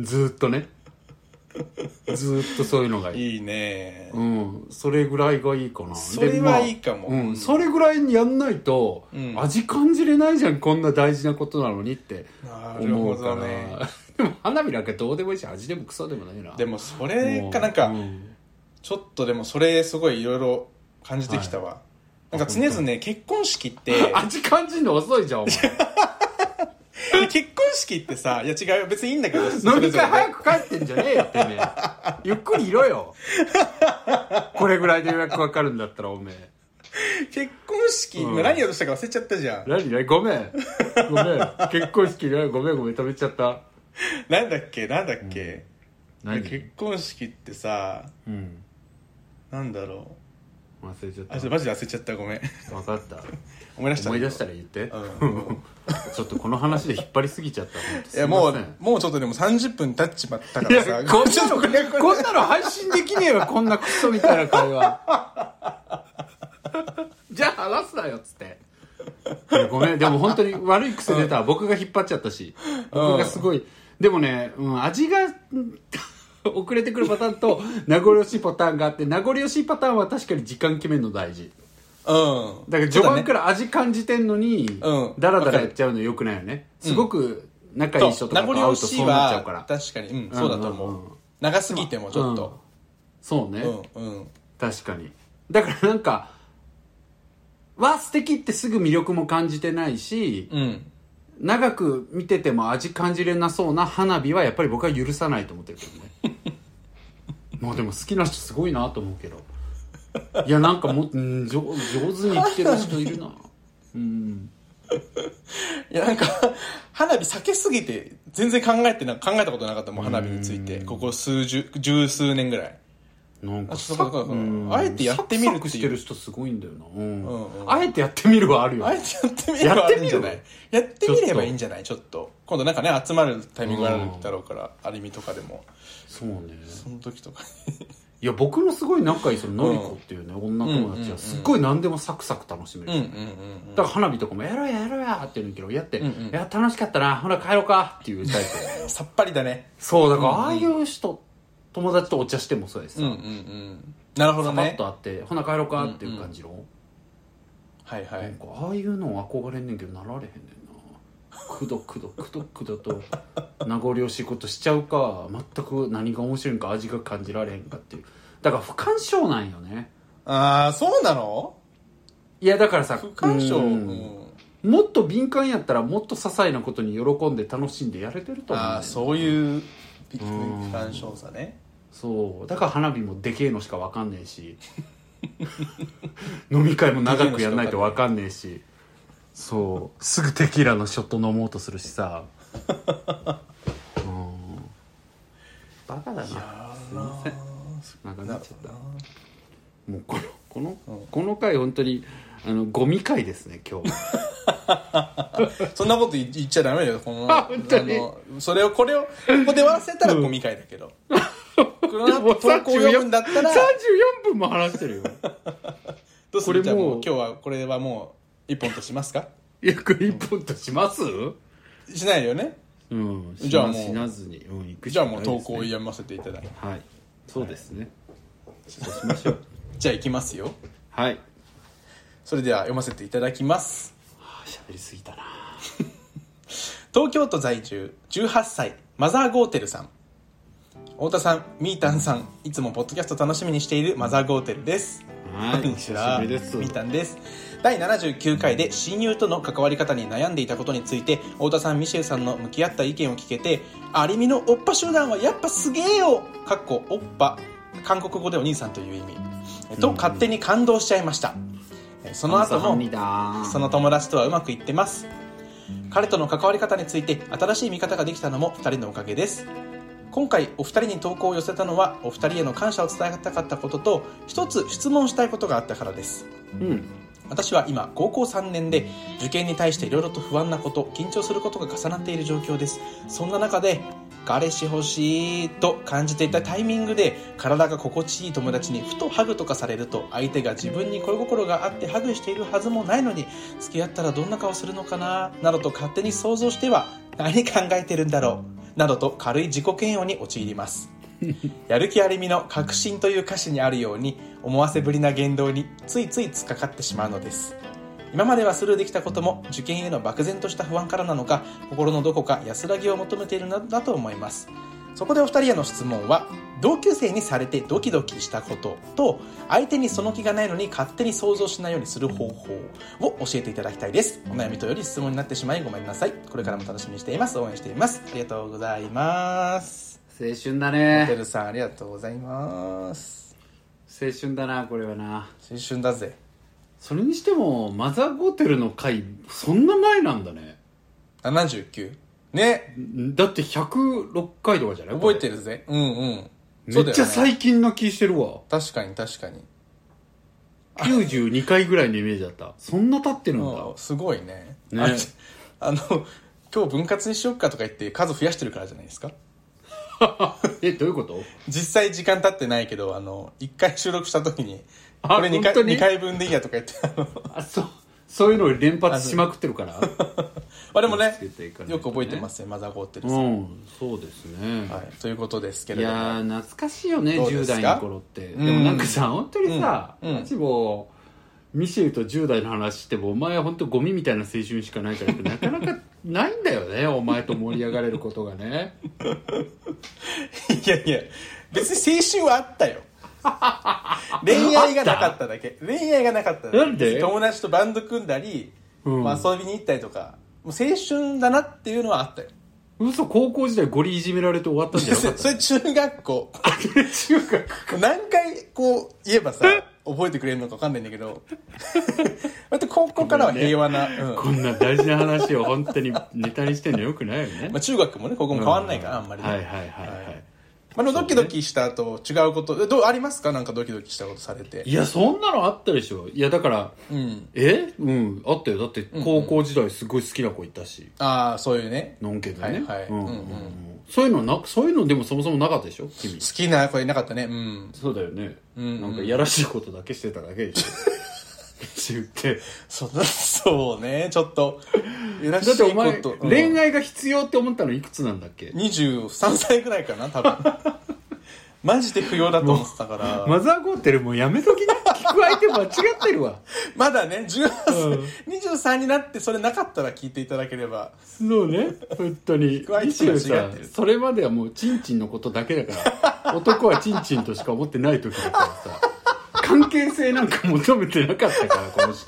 ずーっとねずーっとそういうのがいいいいねうんそれぐらいがいいかなそれでまあはいいかもうん、それぐらいにやんないと、うん味感じれないじゃんこんな大事なことなのにってなる思ほうから どねでも花火なんかどうでもいいし味でもクソでもないなでももそれかなんか、うちょっとでもそれすごいいろいろ感じてきたわ、なんか常々ね結婚式って味感じるの遅いじゃんお 前結婚式ってさいや違うよ別にいいんだけどそ 飲れみぞれ会ね早く帰ってんじゃねえよって めえゆっくりいろよこれぐらいで予約わかるんだったらおめえ結婚式、うん今何やろうとしたか忘れちゃったじゃん何何ごめんごめん結婚式ねごめんごめん食べちゃったなんだっけなんだっけ、結何婚式ってさうんなんだろ忘れちゃうあちょっとっマジで忘れちゃったごめん た分かった思い出した思い出したら言って、うん ちょっとこの話で引っ張りすぎちゃったほんといすやいもまうせんもうちょっとでも30分経っちまったかいらやさこんちょなっとのこれこれこんなの配信できねえ わこんなクソみたいな会話 じゃあ話すなよっつっていやごめんでも本当に悪い癖出た、僕が引っ張っちゃったし僕がすごい、でもね、うん、味がうん 遅れてくるパターンと名残惜しいパターンがあって名残惜しいパターンは確かに時間決めるの大事 うんだから序盤から味感じてんのにうんダラダラやっちゃうのよくないよねすごく仲いい人とかと会うとそうなっちゃうから名残惜しいは確かに、うん、そうだと思う、うんうんうん長すぎてもちょっと、そうね、うんうん確かにだからなんかは素敵ってすぐ魅力も感じてないし、うん長く見てても味感じれなそうな花火はやっぱり僕は許さないと思ってるけどね まあでも好きな人すごいなと思うけどいやなんかもっとうん上上手に生きてる人いるなうんいやなんか花火避けすぎて全然考えてな考えたことなかったもん花火についてここ数十十数年ぐらいなんかあそさうかそうかうんあえてやってみるサクっていうサクしてる人すごいんだよな、うんうんうんあえてやってみるはあるよねあえてやってみればいいんじゃないやってみちょればっといいんじゃないちょっと今度なんかね集まるタイミングがあるだろうからアルミとかでもそうねその時とかいや僕のすごい仲いいそののりこっていうね、女友達うんうんうはんすっごい何でもサクサク楽しめる、にうんうんうんだから花火とかも「やろうややろうや」って言うんだけどやって「うんうんいや楽しかったなほら帰ろうか」っていうタイプさっぱりだね そうだからうんうんああいう人友達とお茶してもそうですうんうんうんなるほどさパッねと会って「ほな帰ろうか」っていう感じの、はいはなんいかああいうの憧れんねんけどなられへんねんなくどくどくどくどと名残惜しいことしちゃうか全く何が面白いんか味が感じられへんかっていうだから不干渉なんよねああそうなのいやだからさ不干渉うんうんもっと敏感やったらもっと些細なことに喜んで楽しんでやれてると思う、ね、ああそういう不うん干渉さねそうだから花火もでけえのしかわかんねえし 飲み会も長くやんないとわかんねえしそうすぐテキーラのショット飲もうとするし さうんバカだなすいませんなんかなっちゃったもうこのこのうんこの回本当にあのゴミ回ですね今日そんなこと言言っちゃダ メだよ。この、あ本当にあのそれを、これを、ここで終わらせたらゴミ会だけど。こ のも後、う投稿読むんだったら、 34分も話してるよどうすこれもうるじゃあもう、今日は、これはもう、一本としますかいやこれ1本としますしないよね。うんじゃあもうしなずに、うん、行くしじゃかあないもうですね投稿を読ませていただいて。はいそうですね、そうしましょうじゃあ行きますよ。はいそれでは読ませていただきます。あー喋りすぎたな東京都在住18歳マザーゴーテルさん太田さんみーたんさんいつもポッドキャスト楽しみにしているマザーゴーテルです はいこんにちおは久しぶりですみーたんです第79回で親友との関わり方に悩んでいたことについて太田さんミシェルさんの向き合った意見を聞けてアリミのおっぱ集団はやっぱすげえよかっこおっぱ韓国語でお兄さんという意味えと勝手に感動しちゃいましたえその後もにだその友達とはうまくいってます彼との関わり方について新しい見方ができたのも2人のおかげです今回お二人に投稿を寄せたのはお二人への感謝を伝えたかったことと一つ質問したいことがあったからですうん私は今高校3年で受験に対していろいろと不安なこと緊張することが重なっている状況ですそんな中で彼氏欲しいと感じていたタイミングで体が心地いい友達にふとハグとかされると相手が自分に恋心があってハグしているはずもないのに付き合ったらどんな顔するのかななどと勝手に想像しては何考えてるんだろうなどと軽い自己嫌悪に陥りますやる気ありみの「確信」という歌詞にあるように思わせぶりな言動についつい突っかかってしまうのです今まではスルーできたことも受験への漠然とした不安からなのか心のどこか安らぎを求めているのだと思いますそこでお二人への質問は同級生にされてドキドキしたことと相手にその気がないのに勝手に想像しないようにする方法を教えていただきたいですお悩みとより質問になってしまいごめんなさいこれからも楽しみにしています応援していますありがとうございます青春だてねるさんありがとうございます青春だなこれはな青春だぜそれにしてもマザーゴーテルの回そんな前なんだね79ねんだって106回とかじゃない覚えてるぜうんうんめっちゃそうだよね最近な気してるわ、確かに確かに92回ぐらいのイメージだったそんな経ってるんだ、うんすごいねねあれあの今日分割にしよっかとか言って数増やしてるからじゃないですか えどういうこと実際時間経ってないけどあの1回収録した時にあこれ2本当回に二回分でいいやとか言ってあのあそうそういうのを連発しまくってるからまあでもね気をつけていかないとねよく覚えてますねマザーゴーテルうさん、んそうですね、はい、ということですけい、れどもやー懐かしいよねどうで10すか代の頃ってでうんもなんかさ、本当にさうんうんちも、ミシェルと10代の話してもお前は本当ゴミみたいな青春しかないからってなかなかないんだよね お前と盛り上がれることがね いやいや別に青春はあったよ恋愛がなかっただけ恋愛がなかっただけなんで友達とバンド組んだり、うんまあ、遊びに行ったりとかもう青春だなっていうのはあったよ嘘高校時代ゴリいじめられて終わったんじゃなかった それ中学校中 学何回こう言えばさ覚えてくれるのか分かんないんだけどだって高校からは平和な、うんこんな大事な話を本当にネタにしてんのよくないよねまあ、中学もね高校も変わんないから、あんまりね、はいはいはいはい、はいいまあ、でもドキドキした後違うことえどうありますかなんかドキドキしたことされてやそんなのあったでしょいやだからうんえうんあったよだって高校時代すごい好きな子いたし、ああそういうねのんけどね、はいはいうんうんううんんうそういうのなそういうのでもそもそもなかったでしょ君好きな子いなかったねうんそうだよね、うんうんなんかいやらしいことだけしてただけでしょ って言ってそ そうねちょっといらっしだってゃおいこ前、と、うん、恋愛が必要って思ったのいくつなんだっけ23歳ぐらいかな 多分マジで不要だと思ってたからまマザーゴーテルもうやめときな聞く相手間違ってるわだね18うん歳、23になってそれなかったら聞いていただければそうね本当にく相手間違ってる西野さんそれまではもうチンチンのことだけだから 男はチンチンとしか思ってない時だからさ関係性なんか求めてなかったからこの人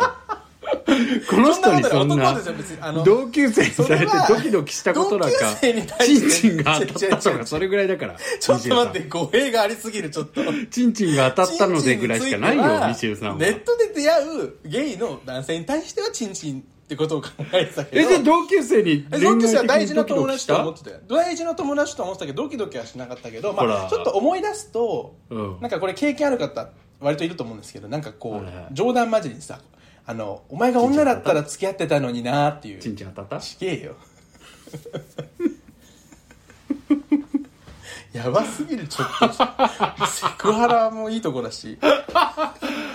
この人にそん男なですよ別にあの同級生にそされれてはドキドキしたことなんか同級生に対チしンてチンが当たったと違う違う違かうそれぐらいだからちょっと待っ西野さて語弊がありすぎるちょっとんチンチンが当たったのでぐらいしかないチンチンにつてよはミシェルさんはネットで出会うゲイの男性に対してはチンチンってことを考えてたけえどじゃあ同級生にえ同級生は大事なドキド友キし達と思ってたよ大事な友達と思ってたけどドキドキはしなかったけど、ほまらあ、ちょっと思い出すと、うんなんかこれ経験ある方割といると思うんですけどなんかこはいはいう冗談交じりにさあの「お前が女だったら付き合ってたのにな」っていうチンチン当たったちげえよ やばすぎるちょっとセクハラもいいとこだしあ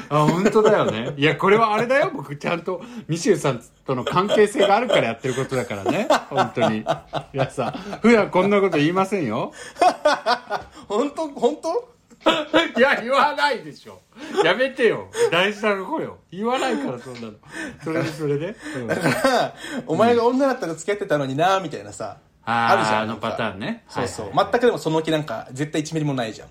本当だよねいやこれはあれだよ僕ちゃんとミシェルさんとの関係性があるからやってることだからね本当に皆さん普段こんなこと言いませんよ本当本当いや言わないでしょやめてよ大事な子よ言わないからそんなのそれでそれで、うんだからお前が女だったら付き合ってたのになみたいなさああるじゃんあのパターンねそうそう、はいはい全くでもその気なんか絶対1ミリもないじゃ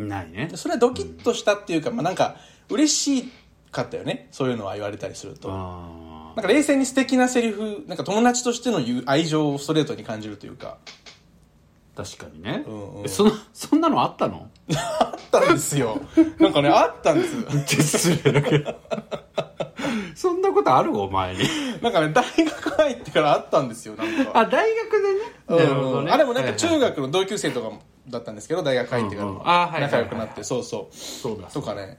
んないねそれはドキッとしたっていうか、まあなんか嬉しかったよねそういうのは言われたりすると、あなんか冷静に素敵なセリフなんか友達としての言う愛情をストレートに感じるというかー確かにね、うんうんえそのそんなのあったのあったんですよ なんかねあったんです 失礼だけど そんなことあるお前になんかね大学入ってからあったんですよなんかあ大学でねうんなるほどねあれもなんかはい中はい学の同級生とかもだったんですけど大学入ってからうんうもんあはいはいはい仲良くなってそうそうそうだとかね、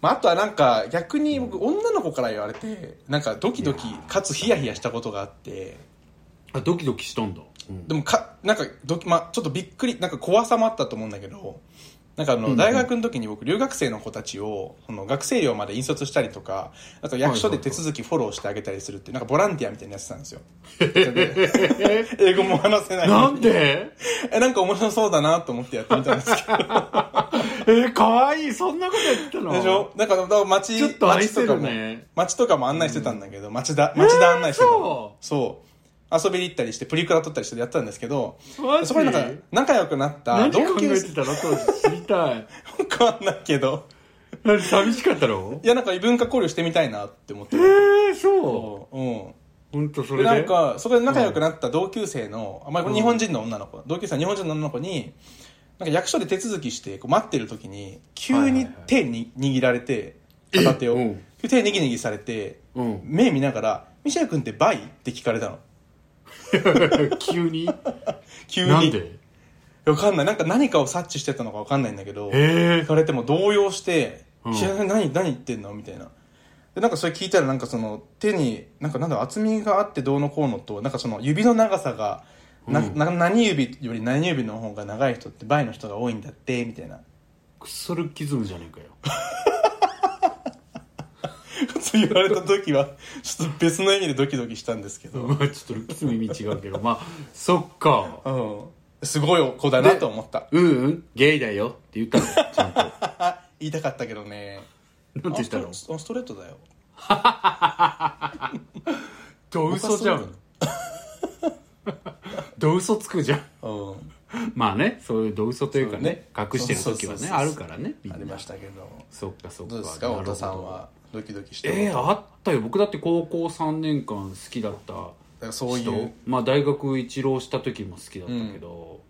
まあ、あとはなんか逆に僕女の子から言われてなんかドキドキかつヒヤヒヤしたことがあってあドキドキしたんだ、うんでもかなんかドキ、まあ、ちょっとびっくりなんか怖さもあったと思うんだけどなんかあの大学の時に僕留学生の子たちをその学生寮まで引率したりとかあと役所で手続きフォローしてあげたりするっていうなんかボランティアみたいなやつなんです よ英語も話せないなんでえなんか面白そうだなと思ってやってみたんですけどえー、かわいいそんなことやってたのでしょなんかだから街ちょっと愛街せとかるもね街とかも案内してたんだけど、町田町田案内してたの、えーそそう遊びに行ったりしてプリクラ撮ったりしてやってたんですけどマジそこでなんか仲良くなった何考同級え生てたの当時知りた い変わんないけど何寂しかったのいやなんか異文化交流してみたいなって思ってえるー、そううん本当それででなんかそこで仲良くなった同級生の、あまあ、日本人の女の子、同級生の日本人の女の子になんか役所で手続きしてこう待ってる時に急に手に握られて片手を、うん急に手にぎにぎされて、うん目見ながら「ミシェル君ってバイ?」って聞かれたの 急に急になんでわかんないなんか何かを察知してたのかわかんないんだけどえ聞かれても動揺して「うんいや何何言ってんの?」みたいなでなんかそれ聞いたらなんかその手になんかなんだろう厚みがあってどうのこうのとなんかその指の長さが、なうんな何指より何指の方が長い人って倍の人が多いんだってみたいな ー、クソルキズムじゃねえかよ そう言われた時はちょっと別の意味でドキドキしたんですけど、まあちょっとルキズム意味違うけどまあそっかうん、すごい子だなと思ったうんうんゲイだよって言ったのち ゃんと言いたかったけどねなんて言ったあのストあストレートだよど嘘じゃんど嘘つくじゃんうんまあねそういうど嘘というかねそうね隠してる時はそうねそうそうそうあるからねみんあなりましたけどそっかそっかどうですかなる太ほど田さんはドキドキしてえるー、あったよ僕だって高校3年間好きだっただからそうい人うまあ大学一浪した時も好きだったけど、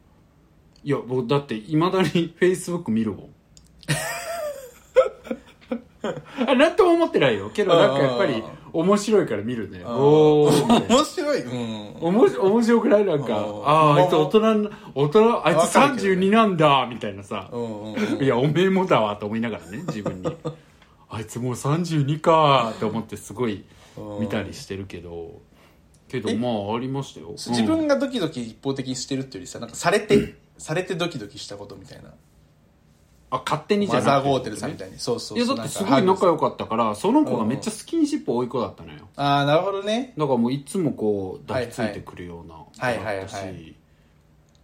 いや僕だっていまだに フェイスブック見るもんあなんとも思ってないよけどなんかやっぱり面白いから見るねあーおおみたいな面白いうんおもし面白くないなんか、うんああ、あいつ大人な、大人、あいつわかるけどね32なんだ、みたいなさう、んうんう んいや、おめえもだわ、と思いながらね、自分に。あいつもう32か、と思ってすごいうん見たりしてるけど、けど、まあ、ありましたよ。そう自分がドキドキ一方的にしてるっていうよりさなんかされて、されてドキドキしたことみたいなあ、勝手にじゃマなザくーてゴーテルさんみたいにそうそういや、そうだってすなごいんかハグ仲良かったから、その子がめっちゃスキンシップ多い子だったのよ。ああなるほどねだからもういつもこう抱きついてくるような子だはっいはいたしはいはいはい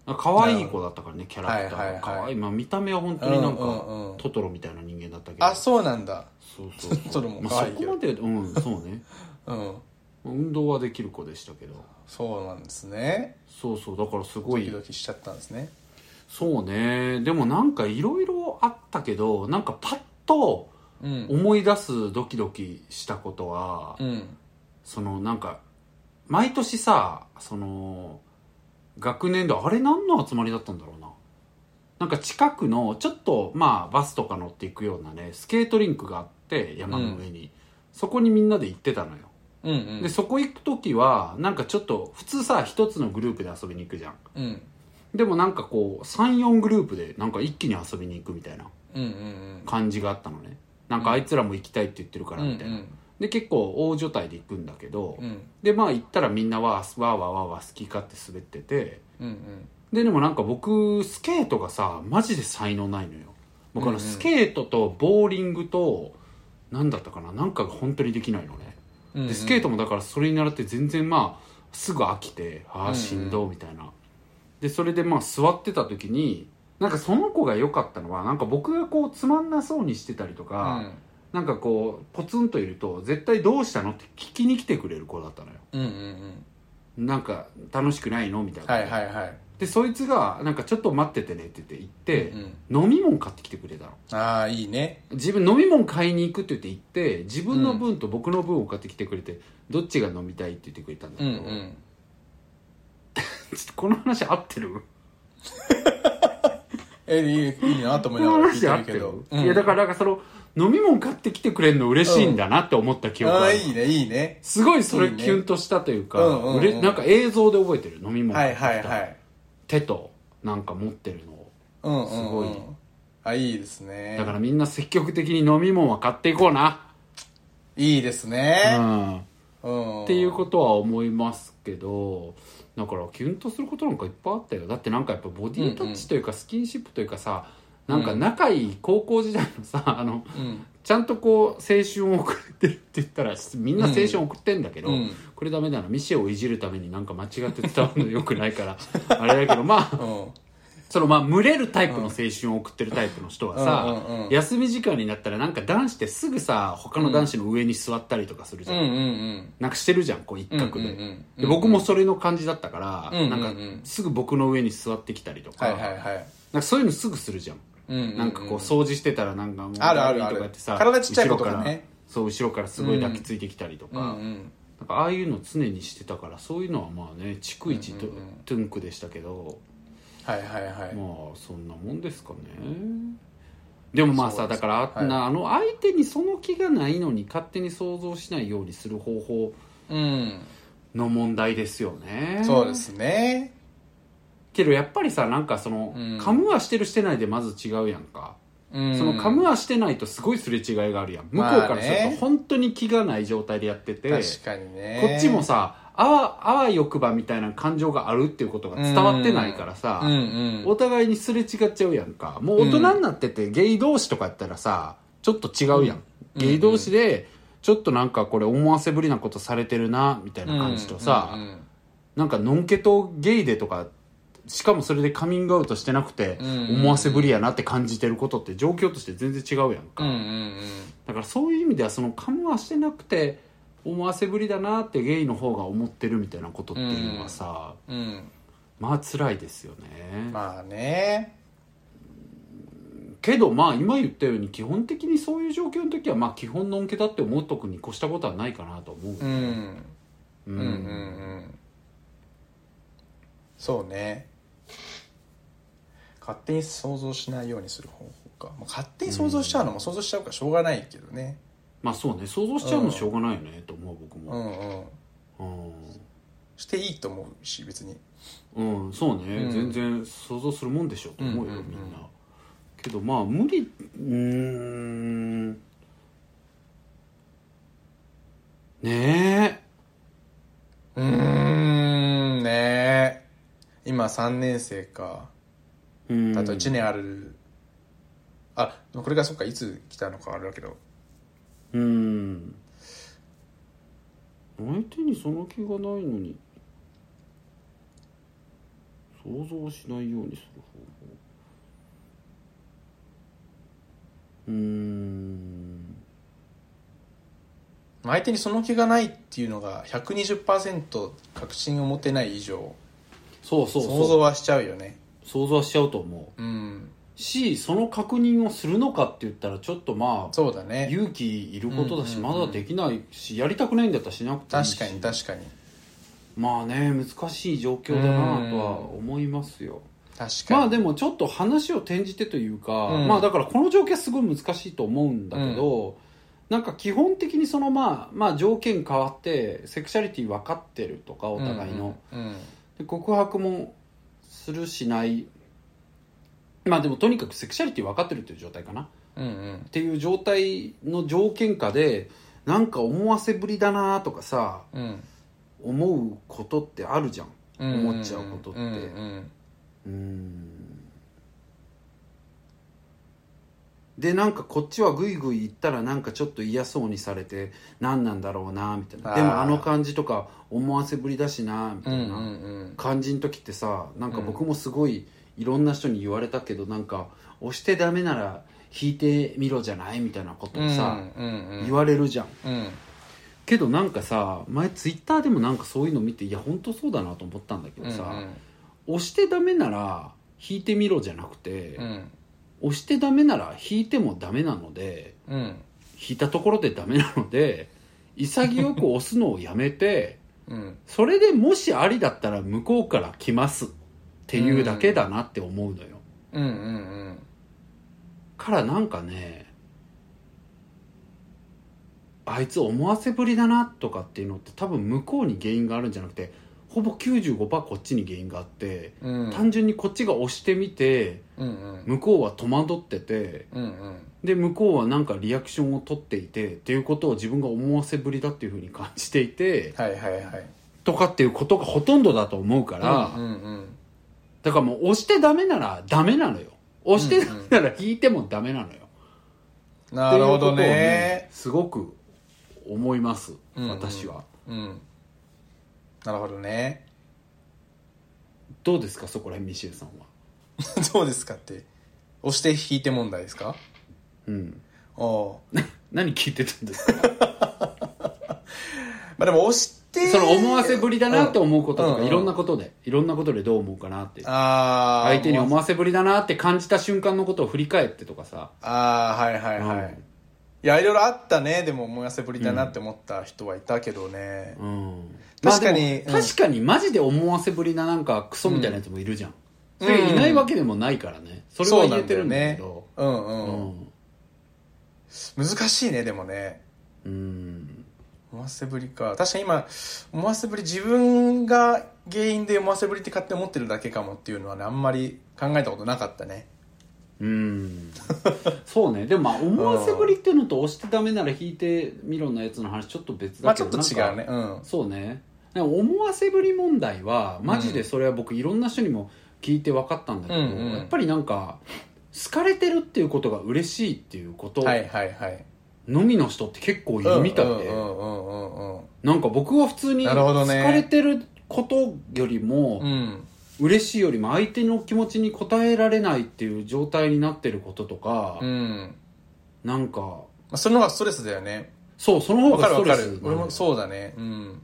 なんか可愛い子だったからねキャラクタはいはーいはいが可愛いまあ見た目は本当になんかうんうんうんトトロみたいな人間だったけどあそうなんだそうそうトトロもまあ可愛いそこけどまでうんそうねうん運動はできる子でしたけどそうなんですねそうそうだからすごドキいドキしちゃったんですねそうねでもなんかいろいろあったけどなんかパッとうん思い出すドキドキしたことはうんそのなんか毎年さその学年であれ何の集まりだったんだろうななんか近くのちょっとまあバスとか乗っていくようなねスケートリンクがあって山の上に、そこにみんなで行ってたのよ、うんうでんそこ行く時はなんかちょっと普通さ一つのグループで遊びに行くじゃんうんでもなんかこう34グループでなんか一気に遊びに行くみたいなうんうん感じがあったのねなんかあいつらも行きたいって言ってるかうんうらんみたいな、で結構大所帯で行くんだけど、うんうんでまあ行ったらみんなわーわーわーわーわー好き勝手滑っててうんうんででもなんか僕スケートがさマジで才能ないのよ僕あうんのうんスケートとボーリングと何だったかななんかが本当にできないのねうんでスケートもだからそれに習って全然まあすぐ飽きてあうんうあんしんどみたいなでそれでまあ座ってた時になんかその子が良かったのはなんか僕がこうつまんなそうにしてたりとうか、んなんかこうポツンといると絶対どうしたのって聞きに来てくれる子だったのようんうんうんなんか楽しくないのみたいな、はいはいはいでそいつが「なんかちょっと待っててね」って言って行ってう、ん飲み物買ってきてくれたのああいいね自分飲み物買いに行くって言って行って自分の分と僕の分を買ってきてくれて、どっちが飲みたいって言ってくれたんだうけんど、うちょんっとこの話合ってるえいいいいなとこ思いなのがら聞話いて合っるてけどる、いやだかららなんかその飲み物買ってきてくれるの嬉しいんだなって思った記憶あがああるいいねいいねすごいそれキュンとしたというかいいねうんうんうんうれなんか映像で覚えてる飲み物は買っいてきたはいはい手となんか持ってるのをうんうんうんすごいあいいですねだからみんな積極的に飲み物は買っていこうな、いいですうねん、っうんていうことは思いますけどだからキュンとすることなんかいっぱいあったよだってなんかやっぱボディタッチというかスキンシップというかさ、なんか仲いい高校時代のさあのうんちゃんとこう青春を送ってるって言ったらみんな青春送ってんだけど、うんこれダメだなミシェをいじるためになんか間違って伝わるのよくないから あれだけどまあうんそのまあ群れるタイプの青春を送ってるタイプの人はさ、うんうんうん休み時間になったらなんか男子ってすぐさ他の男子の上に座ったりとかするじうゃんん、うんなんかしてるじゃんこう一うん角で,、うんうんうんで僕もそれの感じだったから、うんうんうなんんかすぐ僕の上に座ってきたりとか,、はいはいはいなんかそういうのすぐするじゃん、うんうんうんなんかこう掃除してたらなんかもうあるあるあとるかやってさ体ちっちゃい子とか後ねろらそう後ろからすごい抱きついてきたりとか、うんうんなんかああいうの常にしてたからそういうのはまあね逐一ト,、うんうんうんトゥンクでしたけどはいはいはいまあそんなもんですかねでもまあそさうでだすからあ,、なあの相手にその気がないのに勝手に想像しないようにする方法うんの問題ですよねそうですねけどやっぱりさなんかその、うんカムはしてるしてないでまず違うやんか、うんそのカムはしてないとすごいすれ違いがあるやん向こうからすまあるねと本当に気がない状態でやってて、確かにねこっちもさあわあわ欲張みたいな感情があるっていうことが伝わってないからさ、うんうんお互いにすれ違っちゃうやんかもう大人になってて、ゲイ同士とかやったらさちょっと違うやん、ゲイ同士でちょっとなんかこれ思わせぶりなことされてるなみたいな感じとさ、うんうんなんかのんけとゲイでとかしかもそれでカミングアウトしてなくて、うん思わせぶりやなって感じてることって状況として全然違うやんか、うんうんうんだからそういう意味ではそのカムはしてなくて思わせぶりだなってゲイの方が思ってるみたいなことっていうのはさ、うんまあ辛いですよね、まあねけどまあ今言ったように基本的にそういう状況の時はまあ基本のんけだって思っとくに越したことはないかなと思う、うんううんうんうんそうね勝手に想像しないようにする方法か、まあ、勝手に想像しちゃうのも想像しちゃうからしょうがないけどねまあそうね想像しちゃうのしょうがないよねと思う僕うもんうんしていいと思うし別にうん、うん、そうね、う全ん然想像するもんでしょうと思うよ、うんうんうんみんなけどまあ無理うーんねえうーんねえ今3年生かうんあと1年あるあでもこれがそっかいつ来たのかあれだけどうん相手にその気がないのに想像しないようにする方法うーんまあ相手にその気がないっていうのが120%確信を持てない以上そうそうそう想像はしちゃうよね想像はしちゃうと思うんうしその確認をするのかって言ったらちょっとまあそうだね勇気いることだしうんうんうまんだできないしやりたくないんだったらしなくていいし確かに確かにまあね難しい状況だなとは思いますよ確かにまあでもちょっと話を転じてというか、うんまあだからこの状況はすごい難しいと思うんだけど、なんか基本的にそのまあ、まあ、条件変わってセクシャリティ分かってるとかお互いの、うんうんで告白もするしないまあでもとにかくセクシャリティ分かってるという状態かなっうんうんていう状態の条件下でなんか思わせぶりだなとかさうん思うことってあるじゃんうん思っちゃうことってうんうんうんでなんかこっちはグイグイ行ったらなんかちょっと嫌そうにされて何なんだろうなみたいなあーでもあの感じとか思わせぶりだしなみうたんういんな、うん感じの時ってさなんか僕もすごいいろんな人に言われたけど、なんか押してダメなら引いてみろじゃないみたいなことをさ、うんうんうん言われるじゃんうんけどなんかさ前ツイッターでもなんかそういうの見ていや本当そうだなと思ったんだけどさ、押してダメなら引いてみろじゃなくて、うんうん押してダメなら引いてもダメなのでうん引いたところでダメなので潔く押すのをやめてうんそれでもしありだったら向こうから来ますっていうだけだなって思うのよ、うんうんからなんかねあいつ思わせぶりだなとかっていうのって多分向こうに原因があるんじゃなくてほぼ95%こっちに原因があって、うんうん単純にこっちが押してみてうんうん向こうは戸惑っててうんうんで向こうはなんかリアクションを取っていてっていうことを自分が思わせぶりだっていうふうに感じていてはいはいはいとかっていうことがほとんどだと思うから、うんうんだからもう押してダメならダメなのよ押してダメなら引いてもダメなのよ、うんなるほどっていうことをねすごく思います、うんうん私はうんなるほどねどうですかそこら辺ミシェルさんは どうですかって押して引いて問題ですかうんおう何聞いてたんですかまあでも押し てその思わせぶりだなって思うこととか、うんうんいろんなことでいろんなことでどう思うかなってああ相手に思わせぶりだなって感じた瞬間のことを振り返ってとかさああはいはいはい、うんいやいろいろあったねでも思いせぶりだなって思った人はいたけどね、うん確かにまあでもうん確かにマジで思わせぶりななんかクソみたいなやつもいるじゃん、うんそれいないわけでもないからねそれは言えてるんだけどそうなんだよね、うんううん、ん難しいねでもねうん思わせぶりか確かに今思わせぶり自分が原因で思わせぶりって勝手に思ってるだけかもっていうのはねあんまり考えたことなかったねうんそうねでもまあ思わせぶりっていうのと押してダメなら引いてみろのやつの話ちょっと別だまあけちょっどと違うなんねかうんそうねでも思わせぶり問題はマジでそれは僕いろんな人にも聞いて分かったんだけど、うんうんやっぱりなんか好かれてるっていうことが嬉しいっていうことはいはいはいのみの人って結構いるみたいで、うんうんうんうんうんなんか僕は普通になるほど好ねかれてることよりうもん嬉しいよりも相手の気持ちに応えられないっていう状態になってることとか、うんなんかまあその方がストレスだよねそうその方わかがスるトわかレスなるの俺もそうだねうん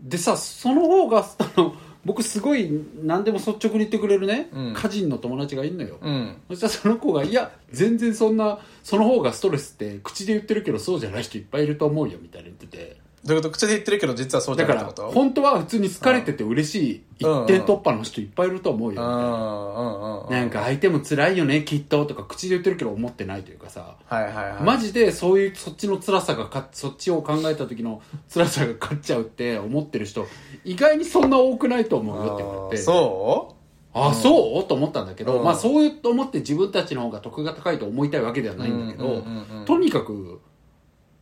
でさその方があの僕すごい何でも率直に言ってくれるね、うん家人の友達がいるのよ、うんそしたらその子が「いや全然そんなその方がストレスって口で言ってるけどそうじゃない人いっぱいいると思うよ」みたいな言っててどういうこと口で言ってるけど実はそうだじゃかないってらこと本当は普通に好かれてて嬉しい一うん点突破の人いっぱいいると思うよみうたいなんうんうんなんか相手も辛いよねきっととか口で言ってるけど思ってないというかさはいはいはいマジでそういうそっちの辛さがかそっちを考えた時の辛さが勝っちゃうって思ってる人意外にそんな多くないと思うよって言われあーてそあうんそうと思ったんだけど、うんまあそういうと思って自分たちの方が得が高いと思いたいわけではうないんだけど、うんうんうんうんとにかく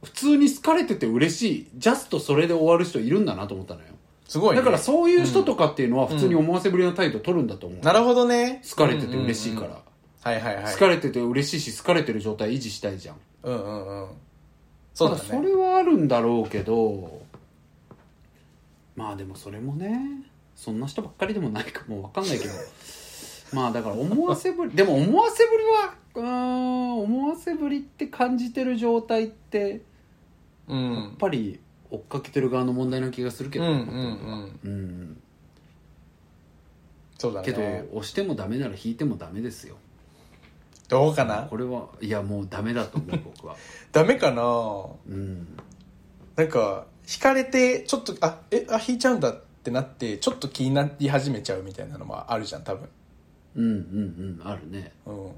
普通に好かれてて嬉しいジャストそれで終わる人いるんだなと思ったのよすごいねだからそういう人とかっていうのは普通に思わせぶりな態度取るんだと思う、なるほどね好かれてて嬉しいから、うんうんうんはいはいはい好かれてて嬉しいし好かれてる状態維持したいじゃんうんうんうんそうだまあそねれはあるんだろうけどまあでもそれもねそんな人ばっかりでもないかもわかんないけど まあだから思わせぶりでも思わせぶりはうーん思わせぶりって感じてる状態ってやっうんぱり追っかけてる側の問題な気がするけうんど、うんうんうんそうだけど、ね押してもダメなら引いてもダメですよどうかなこれはいやもうダメだと思う僕はダメかなうんなんか引かれてちょっとあえあ引いちゃうんだってなってちょっと気になり始めちゃうみたいなのもあるじゃん多分うんうんうんあるねうん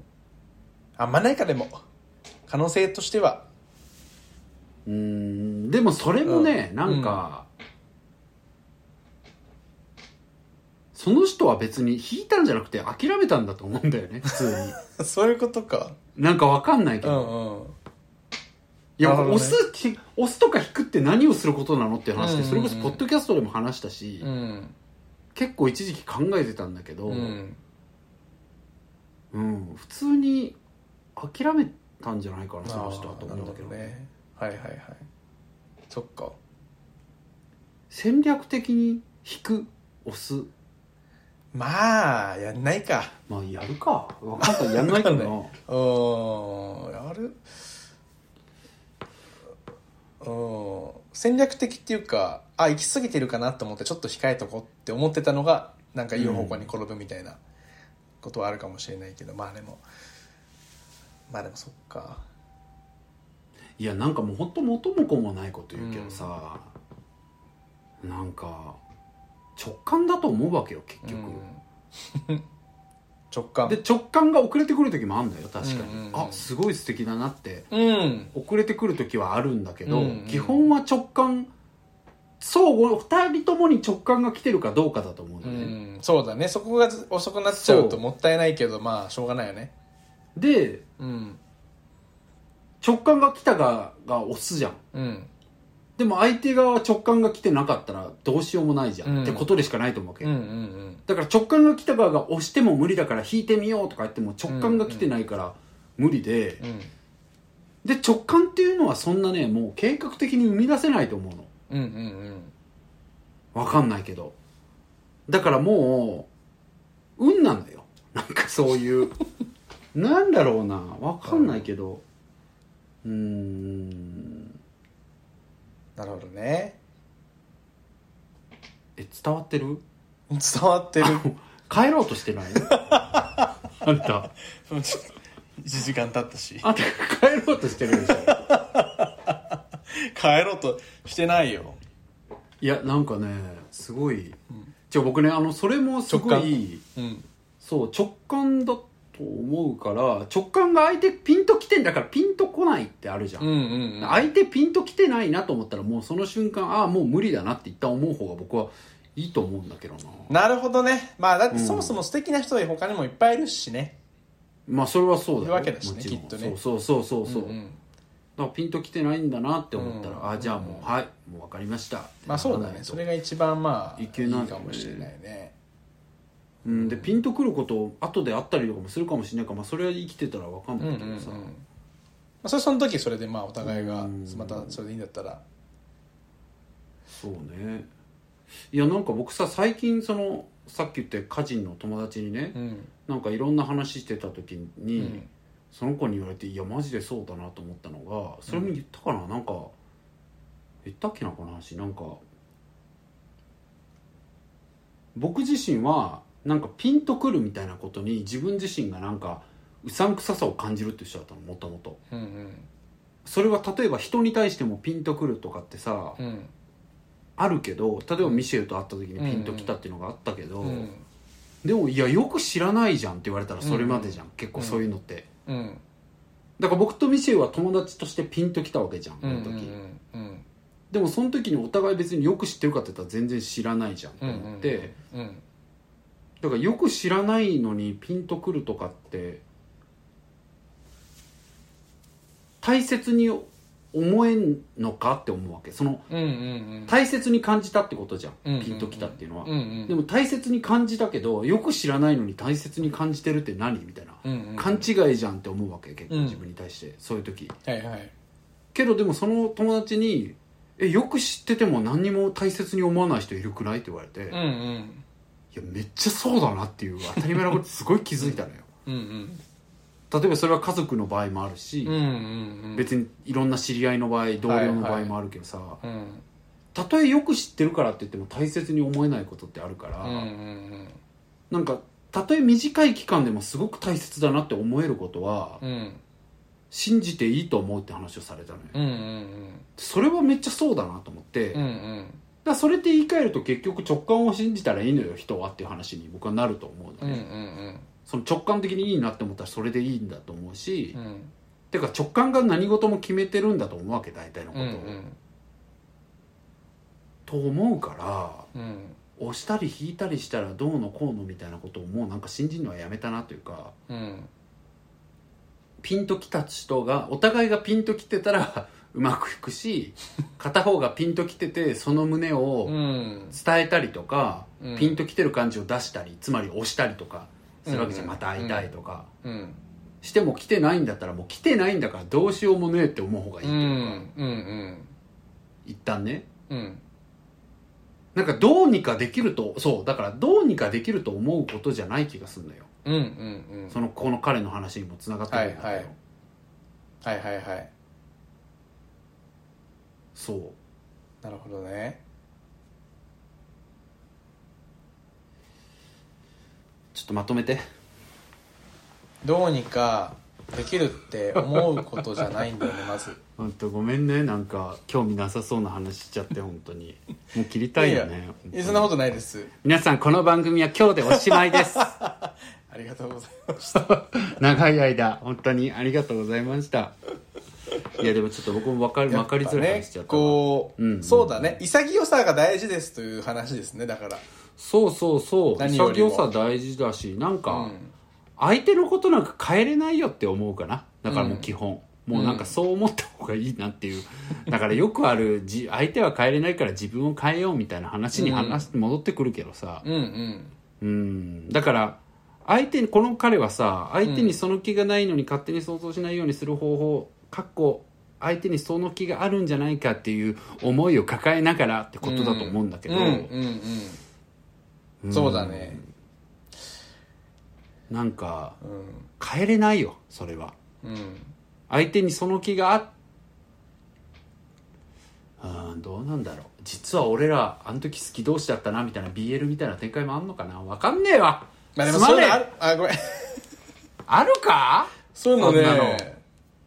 あんまないかでも可能性としては うーんでもそれもね、うんなんか、その人は別に引いたんじゃなくて諦めたんだと思うんだよね普通に そういうことかなんかわかんないうけど、んうんいやなるほどね押すって押すとか引くって何をすることなのっていう話で、うんうんうんそれこそポッドキャストでも話したし、うん結構一時期考えてたんだけど、うんうん普通に諦めたんじゃないかなそあのー人はとな思うるんだほけどどねはいはいはいそっか戦略的に引く押すまあやんないかまあやるかわかんないやんないかわかなんうんやるうん戦略的っていうかあ行き過ぎてるかなと思ってちょっと控えとこうって思ってたのがなんかいい方向に転ぶみたいなことはあるかもしれないけど、まあでもまあでもそっかいやなんかもうほんと元も子もないこと言うけどさ、なんか直感だと思うわけよ結局、うん 直感で直感が遅れてくる時もあるんだよ確かに、うんうんうんあすごい素敵だなってうん遅れてくる時はあるんだけど、うんうん基本は直感そう2人ともに直感が来てるかどうかだと思うんうだね、ん、そうだねそこが遅くなっちゃうともったいないけどまあしょうがないよねでうん直感が来たがが押すじゃんうんでも相手側は直感が来てなかったらどうしようもないじゃん、うんってことでしかないと思うわけうんうよ、んうんだから直感が来た側が押しても無理だから引いてみようとか言っても直感が来てないから無理で、うんで直感っていうのはそんなねもう計画的に生み出せないと思うのうんうんわかんないけどだからもう運なんだよ なんかそういうなんだろうなわかんないけどうーんなるほどねえ伝わってる伝わって る帰ろうとしてないあんた1時間経ったしあんた帰ろうとしてるでしょ帰ろうとしてないよいやなんかねすごいうんじゃあ僕ねあのそれもすご直いうんそう直感だと思うから直感が相手ピンときてんだからピンとこないってあるじゃん、うんうんうん相手ピンときてないなと思ったらもうその瞬間ああもう無理だなって一旦思う方が僕はいいと思うんだけどななるほどねまあだってうんそもそも素敵な人他にもいっぱいいるしねまあそれはそうだいよるわけだしねもちろんきっとねそうそうそうそうそう、んだからんピンときてないんだなって思ったら、うんああじゃあもう、はいもう分かりましたまあそうだねそれが一番まあいいいけないかもしれないねうん、でピンとくることを後であったりとかもするかもしれないから、まあ、それは生きてたら分かんうんなんういけうんどさ、まあそれその時それでまあお互いがうんまたそれでいいんだったらそうねいやなんか僕さ最近そのさっき言って家人の友達にねうんなんかいろんな話してた時うに、んその子に言われていやマジでそうだなと思ったのがそれも言ったかな、なんか言ったっけなこの話なんか僕自身はなんかピンとくるみたいなことに自分自身がなんかうさんくささを感じるっていう人だったのもともとうんうんそれは例えば人に対してもピンとくるとかってさうんあるけど例えばミシェルと会った時にピンときたっていうのがあったけど、うんでもいやよく知らないじゃんって言われたらそれまでじゃん、結構そういうのってうんだから僕とミシェルは友達としてピンときたわけじゃんこうんうのん時、うんでもその時にお互い別によく知ってるかって言ったら全然知らないじゃんとうん思って、うんうんだからよく知らないのにピンとくるとかって大切に思えんのかって思うわけそのうんうん大切に感じたってことじゃん、うんうんうんピンときたっていうのは、うんうんでも大切に感じたけどよく知らないのに大切に感じてるって何みたいな、うんうん勘違いじゃんって思うわけ結構うん自分に対して、そういう時はいはいけどでもその友達に「えよく知ってても何にも大切に思わない人いるくない?」って言われて、ういんうんやめっちゃそうだなっていう当たり前なことすごい気づいたのよ うんうん例えばそれは家族の場合もあるし、うんうんうん別にいろんな知り合いの場合同僚の場合もあるけどさ、うんたとえよく知ってるからって言っても大切に思えないことってあるから、うんうんなんかたとえ短い期間でもすごく大切だなって思えることは、うんうん信じていいと思うって話をされたのよ、うんうんそれはめっちゃそうだなと思って、うんうだかんらそれって言い換えると結局直感を信じたらいいのよ人はっていう話に僕はなると思ううのんね、うんその直感的にいいなって思ったらそれでいいんだと思うし、うんてか直感が何事も決めてるんだと思うわけ大体のこうとを、んと思うからうん押したり引いたりしたらどうのこうのみたいなことをもうなんか信じるのはやめたなというかうんピンときた人がお互いがピンときてたら うまくいくし片方がピンときててその胸うをん伝えたりとか、うんピンときてる感じを出したりつまり押したりとかするわけじゃん、うんまた会いたいとか、うんしても来てないんだったらもう来てないんだからどうしようもねえって思う方がいいといううか、んうん一旦ねうんなんかどうにかできるとそうだからどうにかできると思うことじゃない気がするのようんうんうんそのこの彼の話にもつながってくるんだけど、はいはいはいはいはいそうなるほどねちょっとまとめてどうにかできるって思うことじゃないんだよねまず本当ごめんねなんか興味なさそうな話しちゃって本当にもう切りたいよねいやいや本当いにやそんなことないです皆さんこの番組は今日でおしまいですありがとうございました長い間本当にありがとうございましたいやでもちょっと僕も分かり分かりづらいやっぱ話しちゃねったわこう、うんうんそうだね潔さが大事ですという話ですねだからそうそうそう何よりも潔さ大事だしなんか、うん相手のことなんか変えれないよって思うかなだからもう基本、もうなんかそう思った方がいいなっていうだからよくあるじ相手は変えれないから自分を変えようみたいな話に話、戻ってくるけどさうんうんうんだから相手にこの彼はさ相手にその気がないのに勝手に想像しないようにする方法かっこ相手にその気があるんじゃないかっていう思いを抱えながらってことだと思うんだけど、うんうんうんそうだねなんかうん変えれないよそれは。うん相手にその気があっうんどうなんだろう実は俺らあの時好き同士だったなみたいな BL みたいな展開もあんのかなわかんねえわまあでもすまそういねうえのあるあごめんあるかそういうの そんなのね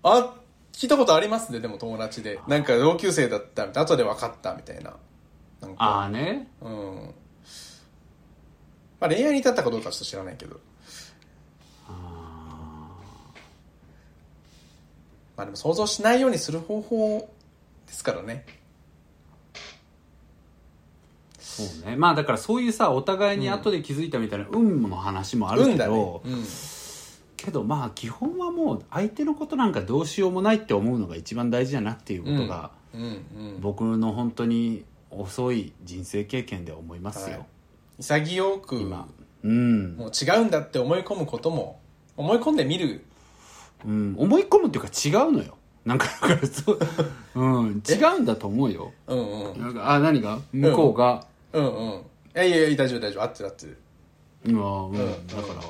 あ聞いたことありますねでも友達でなんか同級生だったみたいな後で分かったみたいななんあかあねうんまあ恋愛に至ったかどうかはちょっと知らないけどあまあでも想像しないようにする方法ですからねーそうねまあだからそういうさお互いに後で気づいたみたいな運の話もあるけ運だねど、うんけどまあ基本はもう相手のことなんかどうしようもないって思うのが一番大事だなっていうことが、うんうん僕の本当に遅い人生経験で思いますよ、はい潔く今うんもう違うんだって思い込むことも思い込んでみるうん、思い込むっていうか違うのよなんかだから そう、うん、違うんだと思うようんうんなんかあ何が向こうが、うんうんいやいやいや大丈夫大丈夫合ってる合ってるうん、うわうん、うんだから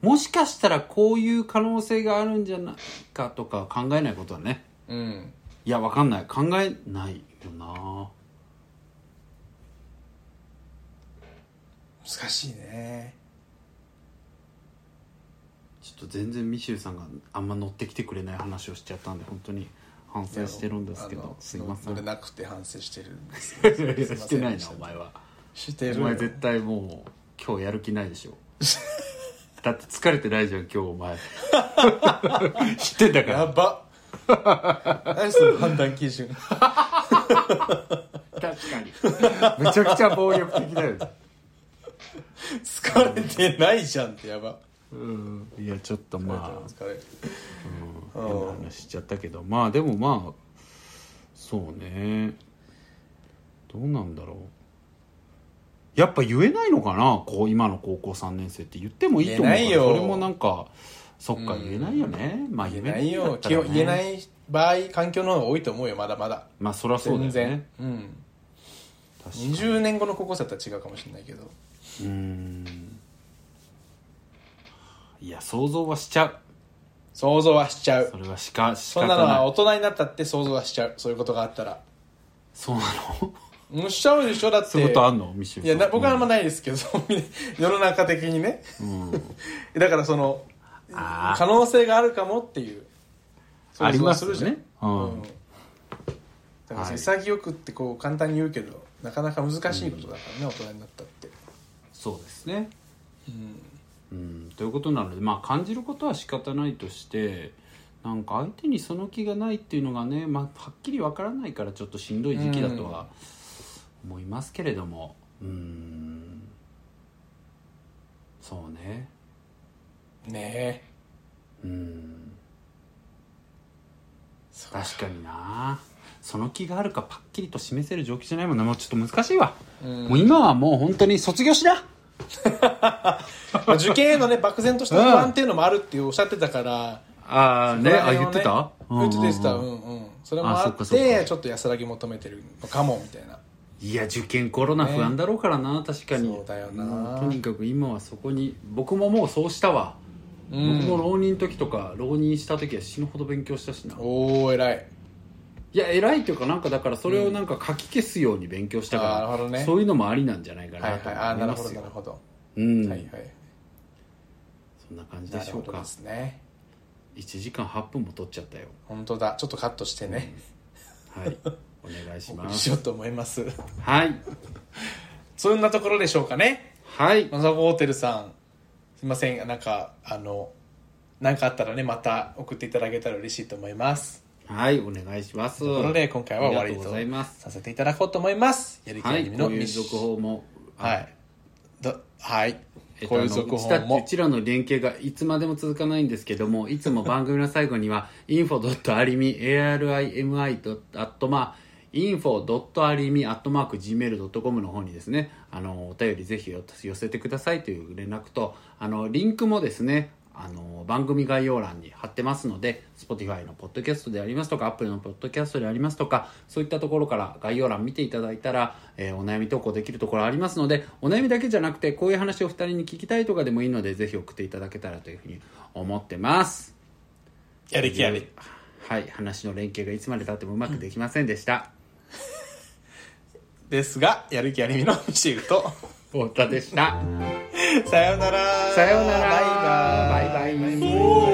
もしかしたらこういう可能性があるんじゃないかとか考えないことだねうんいやわかんない考えないよな難しいねちょっと全然ミシューさんがあんま乗ってきてくれない話をしちゃったんで本当に反省してるんですけあどのすいません乗れなくて反省してるんですけどすいませ んしてないなお前はしてるお前絶対もう今日やる気ないで しょだって疲れてないじゃん今日お前知ってんだかやらば 何その判断 基準確かにめちゃくちゃ暴力的だよね疲れてないじゃんってやばうんいやちょっとま疲れてるあ、うん、変な話しちゃったけどまあでもまあそうねどうなんだろうやっぱ言えないのかなこう今の高校3年生って言ってもいいと思うから言えないよそれもなんかそっか言えないよね、まあ疲れてる言言ええなないいよ気気をを言えない場合環境の方が多いと思うよまだまだまあそりゃそうだ全よね然うん確かに20年後の高校生だったら違うかもしれないけどうーんいや想像はしちゃう想像はしちゃうそれはしか仕そ方んなのはない大人になったって想像はしちゃうそういうことがあったらそうな のうんしちゃうでしょだってそういうことあんのミシュいやな僕はあんまないですけど 世の中的にねうん、だからそのあー可能性があるかもっていうありますよ想像るじゃんねうん、うんだからはい潔くってこう簡単に言うけど、なかなか難しいことだからね、大人になったってそうですねううんんということなのでまあ感じることは仕方ないとしてなんか相手にその気がないっていうのがね、まあ、はっきりわからないからちょっとしんどい時期だとは思いますけれどもうんそうねねえうんそう確かになその気があるかパッキリと示せる状況じゃないもんなもうちょっと難しいわ、うんもう今はもう本当に卒業しなまあ受験へのね漠然とした不安っていうのもあるっていうおっしゃってたから、ああねそこらあ辺を言ってた言ってた言ってたううんうんうんんうんそれもああそっっかそってかちょっと安らぎ求めてるのかもみたいないや受験コロナ不安だろうからな、確かにそうだよなもうとにかく今はそこに僕ももうそうしたわ、うん僕も浪人の時とか浪人した時は死ぬほど勉強したしなおお偉いいや偉いというかなんかだからそれをなんかかき消すように勉強したあーなかるほら、どねそういうのもありなんじゃないかはいはないとああ思ないるまほどすなよるほど、うん、はいはいそんな感じでなるしょほうどかですね1時間8分も取っちゃったよ本当だちょっとカットしてね はいお願いしお送まりしすようと思いますはいそんなところでしょうかねはい野沢ホテルさんすいませんなんかあのなんかあったらねまた送っていただけたら嬉しいと思いますはいお願いしますところで今回は終わりありがとうとございますさせていただこうと思いますやる気あはりいみこのういうミッシ続報もあはいどはいえっとこういうあの続うちた報もうちらの連携がいつまでも続かないんですけどもいつも番組の最後には info.arimi.arimi.info.arimi.gmail.com の方にですねあのお便りぜひよ寄せてくださいという連絡とあのリンクもですねあの番組概要欄に貼ってますので Spotify のポッドキャストでありますとか Apple のポッドキャストでありますとかそういったところから概要欄見ていただいたら、えーお悩み投稿できるところありますのでお悩みだけじゃなくてこういう話を2人に聞きたいとかでもいいのでぜひ送っていただけたらというふうに思ってますやる気ありはい話の連携がいつまでたってもうまくできませんでした、ですがやる気ありみのミッシールと太田でした さようならさようならバイバイバイバイ